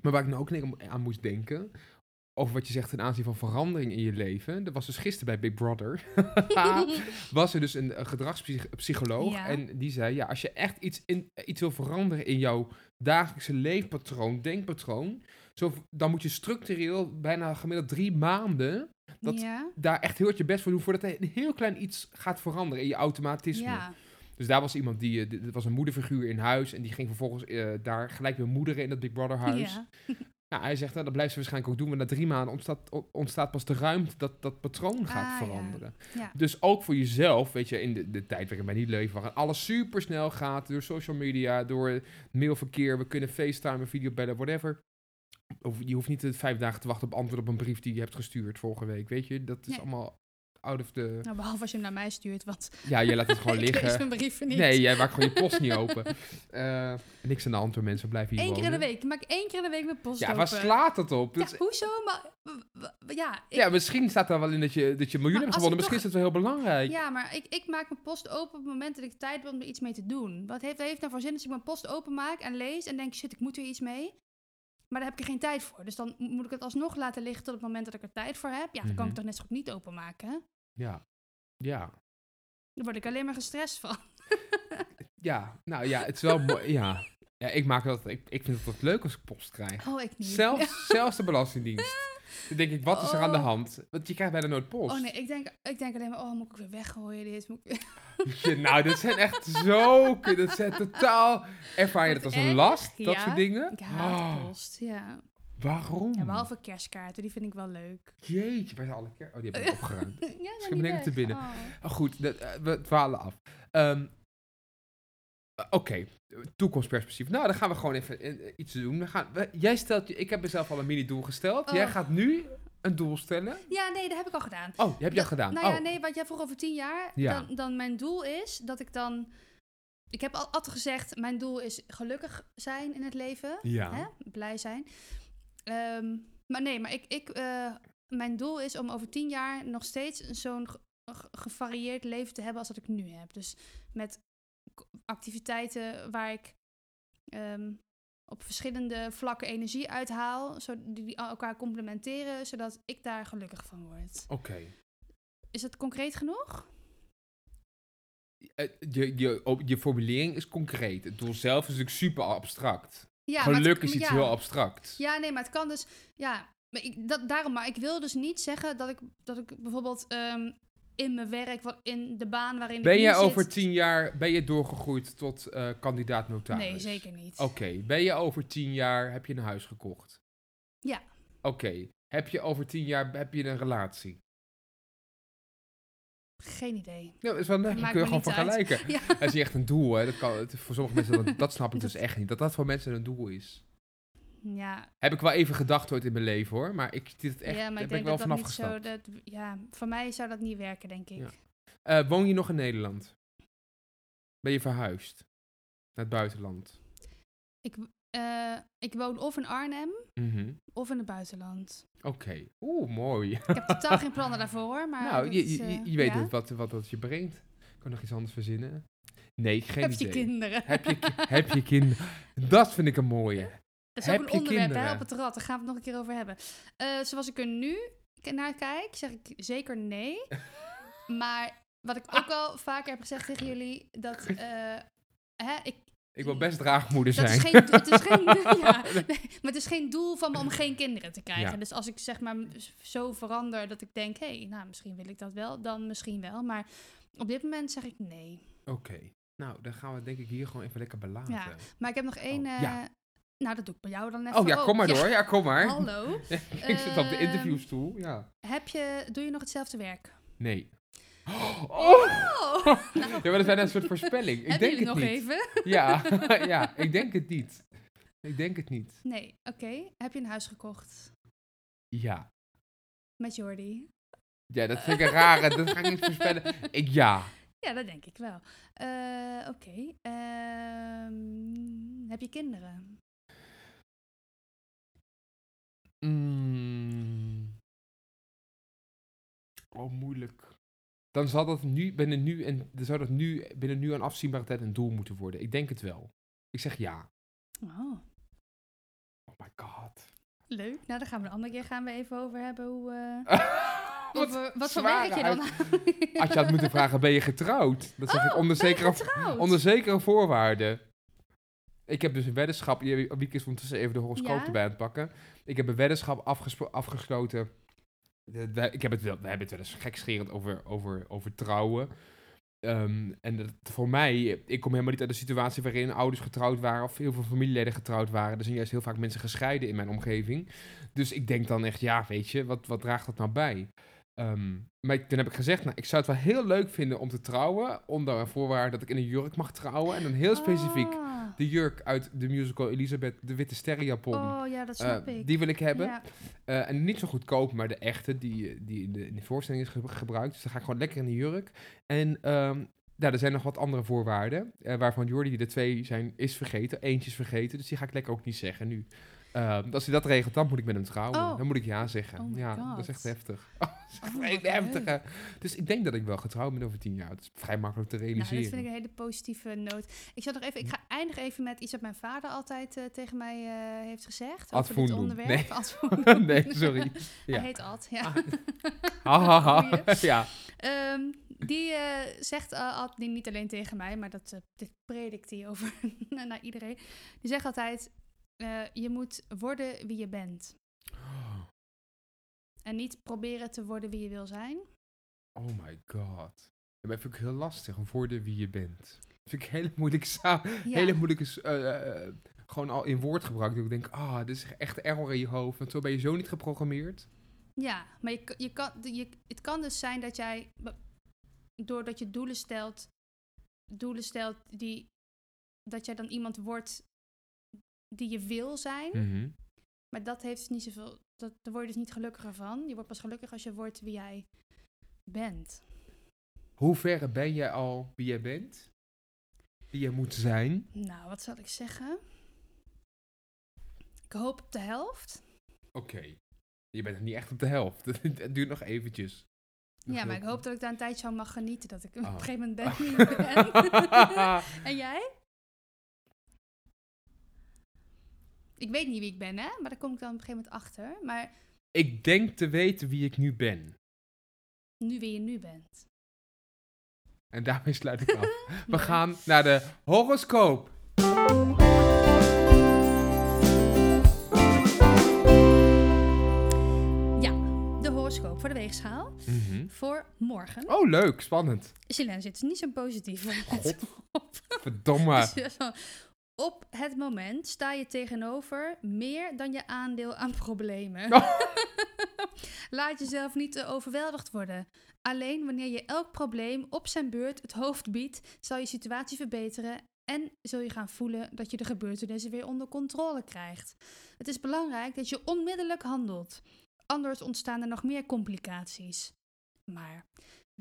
Maar waar ik nou ook aan- aan moest denken, over wat je zegt ten aanzien van verandering in je leven. Dat was dus gisteren bij Big Brother. was er dus een, eh, gedragspsycholoog.
Ja.
En die zei, ja, als je echt iets, in, iets wil veranderen in jouw dagelijkse leefpatroon, denkpatroon. Zo, dan moet je structureel bijna gemiddeld drie maanden dat-
ja.
daar echt heel erg je best voor doen voordat er een heel klein iets gaat veranderen in je automatisme.
ja.
Dus daar was iemand die, eh, d- dat was een moederfiguur in huis en die ging vervolgens eh, daar gelijk weer moederen in dat Big Brother huis.
Ja.
Nou, hij zegt, nou, dat blijft ze waarschijnlijk ook doen, maar na drie maanden ontstaat, o- ontstaat pas de ruimte dat dat patroon gaat
Ah, ja.
veranderen.
Ja.
Dus ook voor jezelf, weet je, in de, de tijd waarin wij niet leven, waarin alles super snel gaat, door social media, door mailverkeer, we kunnen facetimen, videobellen, whatever. Of, je hoeft niet eh, vijf dagen te wachten op antwoord op een brief die je hebt gestuurd vorige week, weet je. Dat is
Nee.
allemaal out of the...
Nou, behalve als je hem naar mij stuurt, want
Ja, jij laat het gewoon
ik lees
liggen.
mijn brieven niet.
Nee, jij maakt gewoon je post niet open. Eh, niks aan de hand hoor, mensen blijven hier
Eén keer in de
wonen.
week. Ik maak één keer in de week mijn post
Ja,
open.
waar slaat dat op? Dat
Ja,
is-
hoezo? Maar, w- w- ja, ik,
ja, misschien staat daar wel in dat je, dat je miljoenen hebt
Maar als
gewonnen.
ik
Misschien is dat wel heel belangrijk.
ja, maar ik, ik maak mijn post open op het moment dat ik tijd heb om er iets mee te doen. Wat heeft, heeft nou voor zin als ik mijn post open maak en lees en denk, shit, ik moet er iets mee. Maar daar heb ik er geen tijd voor. Dus dan moet ik het alsnog laten liggen tot het moment dat ik er tijd voor heb. Ja, dan kan ik
Mhm.
het toch net zo goed niet openmaken.
Ja. ja.
Daar word ik alleen maar gestrest van.
Ja, nou ja, het is wel mooi. Ja. ja, ik maak dat. Ik, ik vind het wat leuk als ik post krijg.
Oh, ik niet.
Zelfs, zelfs de Belastingdienst. Dan denk ik, wat is er aan de
Oh.
hand? Want je krijgt bijna nooit post.
Oh nee, ik denk, ik denk alleen maar, oh, moet ik weer weggooien dit? Moet ik weer...
Ja, nou, dit zijn echt zo. Dat zijn totaal. Ervaar je
Wat
dat als
erg,
een last? Dat
ja.
soort dingen?
Ik haat
Oh, Hmm.
post, ja.
Waarom?
ja. Behalve kerstkaarten, die vind ik wel leuk.
Jeetje, waar zijn alle keer? Oh, die heb ik opgeruimd.
ja, zijn
Schiet me
niet
lekker te
weg.
binnen.
Oh.
Oh, goed, dat, eh, we dwalen af. Ehm, eh, Oké, toekomstperspectief. Nou, dan gaan we gewoon even eh, iets doen. We gaan, we- jij stelt, je- ik heb mezelf al een mini-doel gesteld. Jij
Oh.
gaat nu een doel stellen.
Ja, nee, dat heb ik al gedaan.
Oh, die heb jij
Dat-
gedaan.
Nou ja,
oh.
nee, want jij vroeg over tien jaar.
Ja.
Dan, dan mijn doel is dat ik dan... Ik heb al altijd gezegd, mijn doel is gelukkig zijn in het leven.
Ja.
Hè? Blij zijn. Ehm, maar nee, maar ik, ik, eh, mijn doel is om over tien jaar nog steeds zo'n ge- ge- gevarieerd leven te hebben als dat ik nu heb. Dus met k- activiteiten waar ik ehm, op verschillende vlakken energie uithaal, zo, die die elkaar complementeren, zodat ik daar gelukkig van word.
Oké.
Is dat concreet genoeg?
Eh, Je, je, op- je formulering is concreet. Het doel zelf is natuurlijk super abstract.
Ja, maar het-
Geluk is iets
ja.
heel abstracts.
Ja, nee, maar het kan dus. Ja, maar ik, dat, daarom. Maar ik wil dus niet zeggen dat ik, dat ik bijvoorbeeld ehm, in mijn werk, wat- in de baan waarin ik
Ben
nu
jij
zit-
over tien jaar ben je doorgegroeid tot eh, kandidaat notaris?
Nee, zeker niet.
Oké, ben je over tien jaar, heb je een huis gekocht?
Ja.
Oké, heb je over tien jaar, heb je een relatie?
Geen idee.
Nou, dat is wel leuk, dan
Maakt
kun je
me
gewoon
niet uit.
vergelijken.
Ja.
Dat is niet echt een doel, hè. Dat kan, het- voor sommige mensen, dat, dat snap ik dus echt niet. Dat dat voor mensen een doel is.
Ja,
Heb ik wel even gedacht ooit in mijn leven, hoor. Maar ik, dit echt,
ja
daar
maar ik
ben ik
denk
wel
dat dat
vanaf
niet zo.
gestapt.
Dat, ja, voor mij zou dat niet werken, denk ik.
Ja. Eh, woon je nog in Nederland? Ben je verhuisd? het buitenland.
Ik, eh, ik woon of in Arnhem
Mhm.
of in het buitenland.
Oké. Oeh, mooi.
Ik heb totaal geen plannen daarvoor, hoor, maar...
nou,
dat
je,
is,
je,
eh,
je weet
ja.
het, wat, wat dat je brengt. Kan ik nog iets anders verzinnen? Nee, geen
Heb
idee.
je kinderen.
Heb je, ki- heb je kinderen? Dat vind ik een mooie.
Dat is ook
heb
een
je
onderwerp hè,
kinderen?
op het rad. Daar gaan we het nog een keer over hebben. Eh, zoals ik er nu k- naar kijk, zeg ik zeker nee. maar wat ik ook al vaker heb gezegd tegen jullie, dat... eh, hè, ik,
Ik wil best draagmoeder
dat
zijn.
is geen, het, is geen, ja, nee, maar het is geen doel van me om geen kinderen te krijgen.
Ja.
Dus als ik zeg maar m- zo verander dat ik denk, hé, hey, nou misschien wil ik dat wel, dan misschien wel. Maar op dit moment zeg ik nee.
Oké. Nou, dan gaan we het denk ik hier gewoon even lekker belaten.
Ja, Maar ik heb nog één...
Oh,
eh,
ja.
Nou, dat doe ik bij jou dan even
oh ja,
ook.
kom maar
Ja,
door. Ja, kom maar.
Hallo.
ik zit op de
Ehm,
interviewstoel. Ja.
Heb je, doe je nog hetzelfde werk?
Nee.
Oh!
Ja, maar dat is bijna een soort voorspelling. Ik
Hebben
denk
jullie
het
nog
niet.
even?
Ja, ja, ik denk het niet. Ik denk het niet.
Nee, oké. Heb je een huis gekocht
Ja.
met Jordi?
Ja, dat vind ik een rare. Dat ga ik niet voorspellen. Ik ja.
Ja, dat denk ik wel. Eh, oké. Ehm, heb je kinderen?
Mm. Oh, moeilijk. Dan zal dat nu binnen nu en dan zou dat nu binnen nu aan afzienbare tijd een doel moeten worden. Ik denk het wel. Ik zeg ja.
Oh,
Oh my god.
leuk. Nou, dan gaan we een andere keer gaan we even over hebben hoe... eh,
Wat
of we- wat voor
zware
werk je dan?
Als je had moeten vragen, ben je getrouwd? Dat zeg
Oh,
ik onder
ben je
zekere,
getrouwd?
onder zekere voorwaarden. Ik heb dus een weddenschap. je- Wieke is ondertussen even de horoscoop
Ja?
erbij aan het pakken. Ik heb een weddenschap afgespro- afgesloten. De- de- Ik heb het wel, we hebben het wel eens gekscherend over, over, over trouwen. Ehm, en dat, voor mij, ik kom helemaal niet uit de situatie waarin ouders getrouwd waren of heel veel familieleden getrouwd waren. Er zijn juist heel vaak mensen gescheiden in mijn omgeving. Dus ik denk dan echt, ja, weet je, wat, wat draagt dat nou bij? Ehm, maar ik- toen heb ik gezegd, nou, ik zou het wel heel leuk vinden om te trouwen. Onder een voorwaarde dat ik in een jurk mag trouwen. En dan heel specifiek
Ah.
de jurk uit de musical Elisabeth, de witte sterrenjapon.
Oh, ja, dat
Eh,
snap ik.
die wil ik hebben.
Ja.
Eh, en niet zo goedkoop, maar de echte die, eh, die in de, in de voorstelling is ge- gebruikt. Dus dan ga ik gewoon lekker in de jurk. En ehm nou, er zijn nog wat andere voorwaarden, eh, waarvan Jordi de twee zijn, is vergeten. Eentje is vergeten, dus die ga ik lekker ook niet zeggen nu. Ehm, als hij dat regelt, dan moet ik met hem trouwen.
Oh.
Dan moet ik ja zeggen.
Oh my
ja,
God.
dat is echt heftig. Oh, dat is echt
Oh,
een
wat
heftige. Dus ik denk dat ik wel getrouwd ben over tien jaar. Dat is vrij makkelijk te
Nou, dat
realiseren.
vind ik een hele positieve noot. Ik, zal nog even, ik ga eindig even met iets wat mijn vader altijd eh, tegen mij eh, heeft gezegd.
Ad
Over dit
Voendum.
onderwerp.
Nee.
Ad Voendum.
nee, sorry. ja. Ah.
Hij heet Ad, ja.
Ha, ha, ha.
Goeie.
ja.
Ehm, die eh, zegt eh, Ad, die niet alleen tegen mij, maar dat eh, dit predikt hij over naar iedereen. Die zegt altijd, eh, je moet worden wie je bent. En niet proberen te worden wie je wil zijn.
Oh my god. Ja, maar dat vind ik heel lastig, worden wie je bent. Dat vind ik hele moeilijke sa-
Ja.
hele moeilijke, s- eh, eh, gewoon al in woordgebruik. Dat ik denk, ah, dit is echt error in je hoofd, want zo ben je zo niet geprogrammeerd.
Ja, maar je, k- je kan, je, het kan dus zijn dat jij, be- doordat je doelen stelt, doelen stelt die, dat jij dan iemand wordt die je wil zijn. Maar dat heeft dus niet zoveel, dat, daar word je dus niet gelukkiger van. Je wordt pas gelukkig als je wordt wie jij bent.
Hoe ver ben jij al wie jij bent? Wie jij moet zijn?
Nou, wat zal ik zeggen? Ik hoop op de helft.
Oké. Je bent nog niet echt op de helft. Het duurt nog eventjes. Nog
ja, maar
heel-
ik hoop dat ik daar een tijdje van mag genieten. Dat ik op
Oh.
een gegeven moment ben wie ik ben. En jij? Ik weet niet wie ik ben, hè? Maar daar kom ik dan op een gegeven moment achter. Maar
ik denk te weten wie ik nu ben.
nu wie je nu bent.
En daarmee sluit ik af. We gaan naar de horoscoop.
De horoscoop voor de weegschaal. Voor morgen.
Oh, leuk. Spannend.
Silence, het is niet zo positief.
God.
Op.
Verdomme.
Dus zo, Op het moment sta je tegenover meer dan je aandeel aan problemen.
Oh.
Laat jezelf niet eh, overweldigd worden. Alleen wanneer je elk probleem op zijn beurt het hoofd biedt, zal je situatie verbeteren en zul je gaan voelen dat je de gebeurtenissen weer onder controle krijgt. Het is belangrijk dat je onmiddellijk handelt. Anders ontstaan er nog meer complicaties. Maar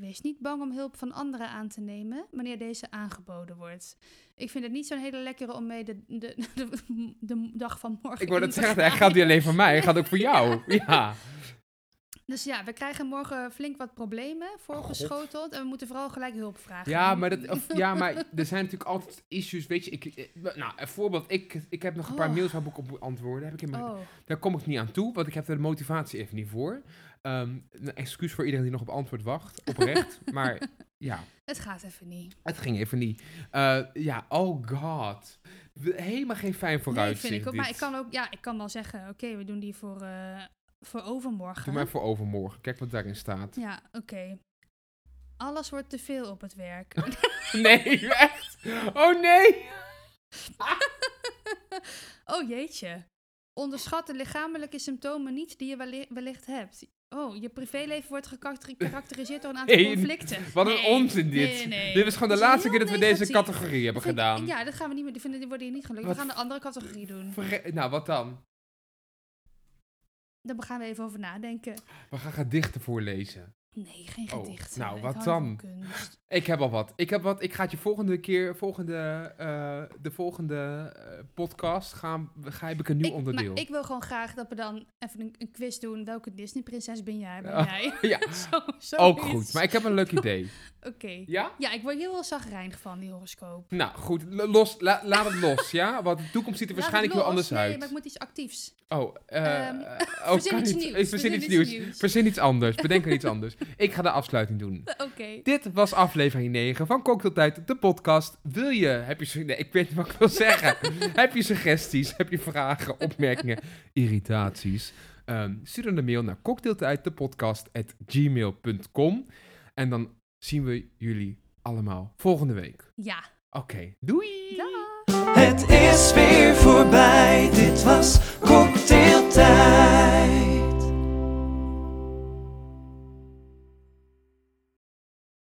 Wees niet bang om hulp van anderen aan te nemen wanneer deze aangeboden wordt. Ik vind het niet zo'n hele lekkere om mee de, de, de, de dag van morgen
Ik word
in
het
te
zeggen, hij
gaan.
gaat niet alleen voor mij, hij gaat ook voor jou. Ja.
Dus ja, we krijgen morgen flink wat problemen voorgeschoteld. En we moeten vooral gelijk hulp vragen.
Ja, maar, dat, of- ja, maar er zijn natuurlijk altijd issues, weet je. Ik, eh, nou, een voorbeeld. Ik, ik heb nog een paar
Oh.
mails waar ik op moet antwoorden. Heb ik in mijn,
Oh,
Daar kom ik niet aan toe, want ik heb er de motivatie even niet voor. Ehm, een excuus voor iedereen die nog op antwoord wacht, oprecht. maar ja,
het gaat even niet.
het ging even niet. Eh, ja, oh god. We- Helemaal geen fijn
Nee,
vooruitzicht
vind ik ook. Maar
dit.
ik kan ook, ja, ik kan wel zeggen, oké, we doen die voor, eh, voor overmorgen.
Doe maar voor overmorgen. Kijk wat daarin staat.
Ja, oké. Alles wordt te veel op het werk.
Nee, echt? Oh nee!
oh jeetje. Onderschat de lichamelijke symptomen niet die je welli- wellicht hebt. Oh, je privéleven wordt gekarakteriseerd door een aantal
Nee,
conflicten.
Wat een
Nee,
onzin dit.
nee, nee.
Dit is gewoon de
Het
laatste
heel
keer dat we deze
negatief.
categorie hebben
Dat vind ik-
gedaan.
ja, dat gaan we niet meer. Die, vinden, die worden hier niet gelukkig.
Wat
We gaan de andere categorie doen.
Verge- nou, wat dan?
Daar gaan we even over nadenken.
We gaan gedichten voorlezen.
Nee, geen
Oh,
gedichten.
nou,
Ik
wat
hou niet van
dan?
kunst.
Ik heb al wat. Ik heb wat. Ik ga het je volgende keer, volgende, eh, de volgende eh, podcast, gaan, ga, heb ik een nieuw
Ik-
onderdeel.
Maar ik wil gewoon graag dat we dan even een, een quiz doen. Welke Disney-prinses ben jij? Ben
Ja.
jij?
Ja,
Zo, zoiets.
ook goed. Maar ik heb een leuk idee.
Oké.
Ja?
Ja, ik word heel wel zagrijnig van, die horoscoop.
Nou, goed. L- Los, la- laat het los, ja? Want de toekomst ziet er
Laat
waarschijnlijk
het
heel
los.
anders
nee,
uit.
maar ik moet iets actiefs.
Oh, eh
Ehm,
oh,
verzin
kan
iets
niet.
nieuws,
Ik verzin iets nieuws. Verzin iets anders. Bedenk er iets anders. Ik ga de afsluiting doen.
Oké.
Dit was aflevering 9 van Cocktailtijd, de podcast. Wil je, heb je, su- nee, ik weet niet wat ik wil zeggen. heb je suggesties, heb je vragen, opmerkingen, irritaties? Ehm, stuur dan een mail naar cocktailtijddepodcast.gmail.com. En dan zien we jullie allemaal volgende week.
Ja.
Oké, doei!
Dag.
Het is weer voorbij, dit was cocktailtijd.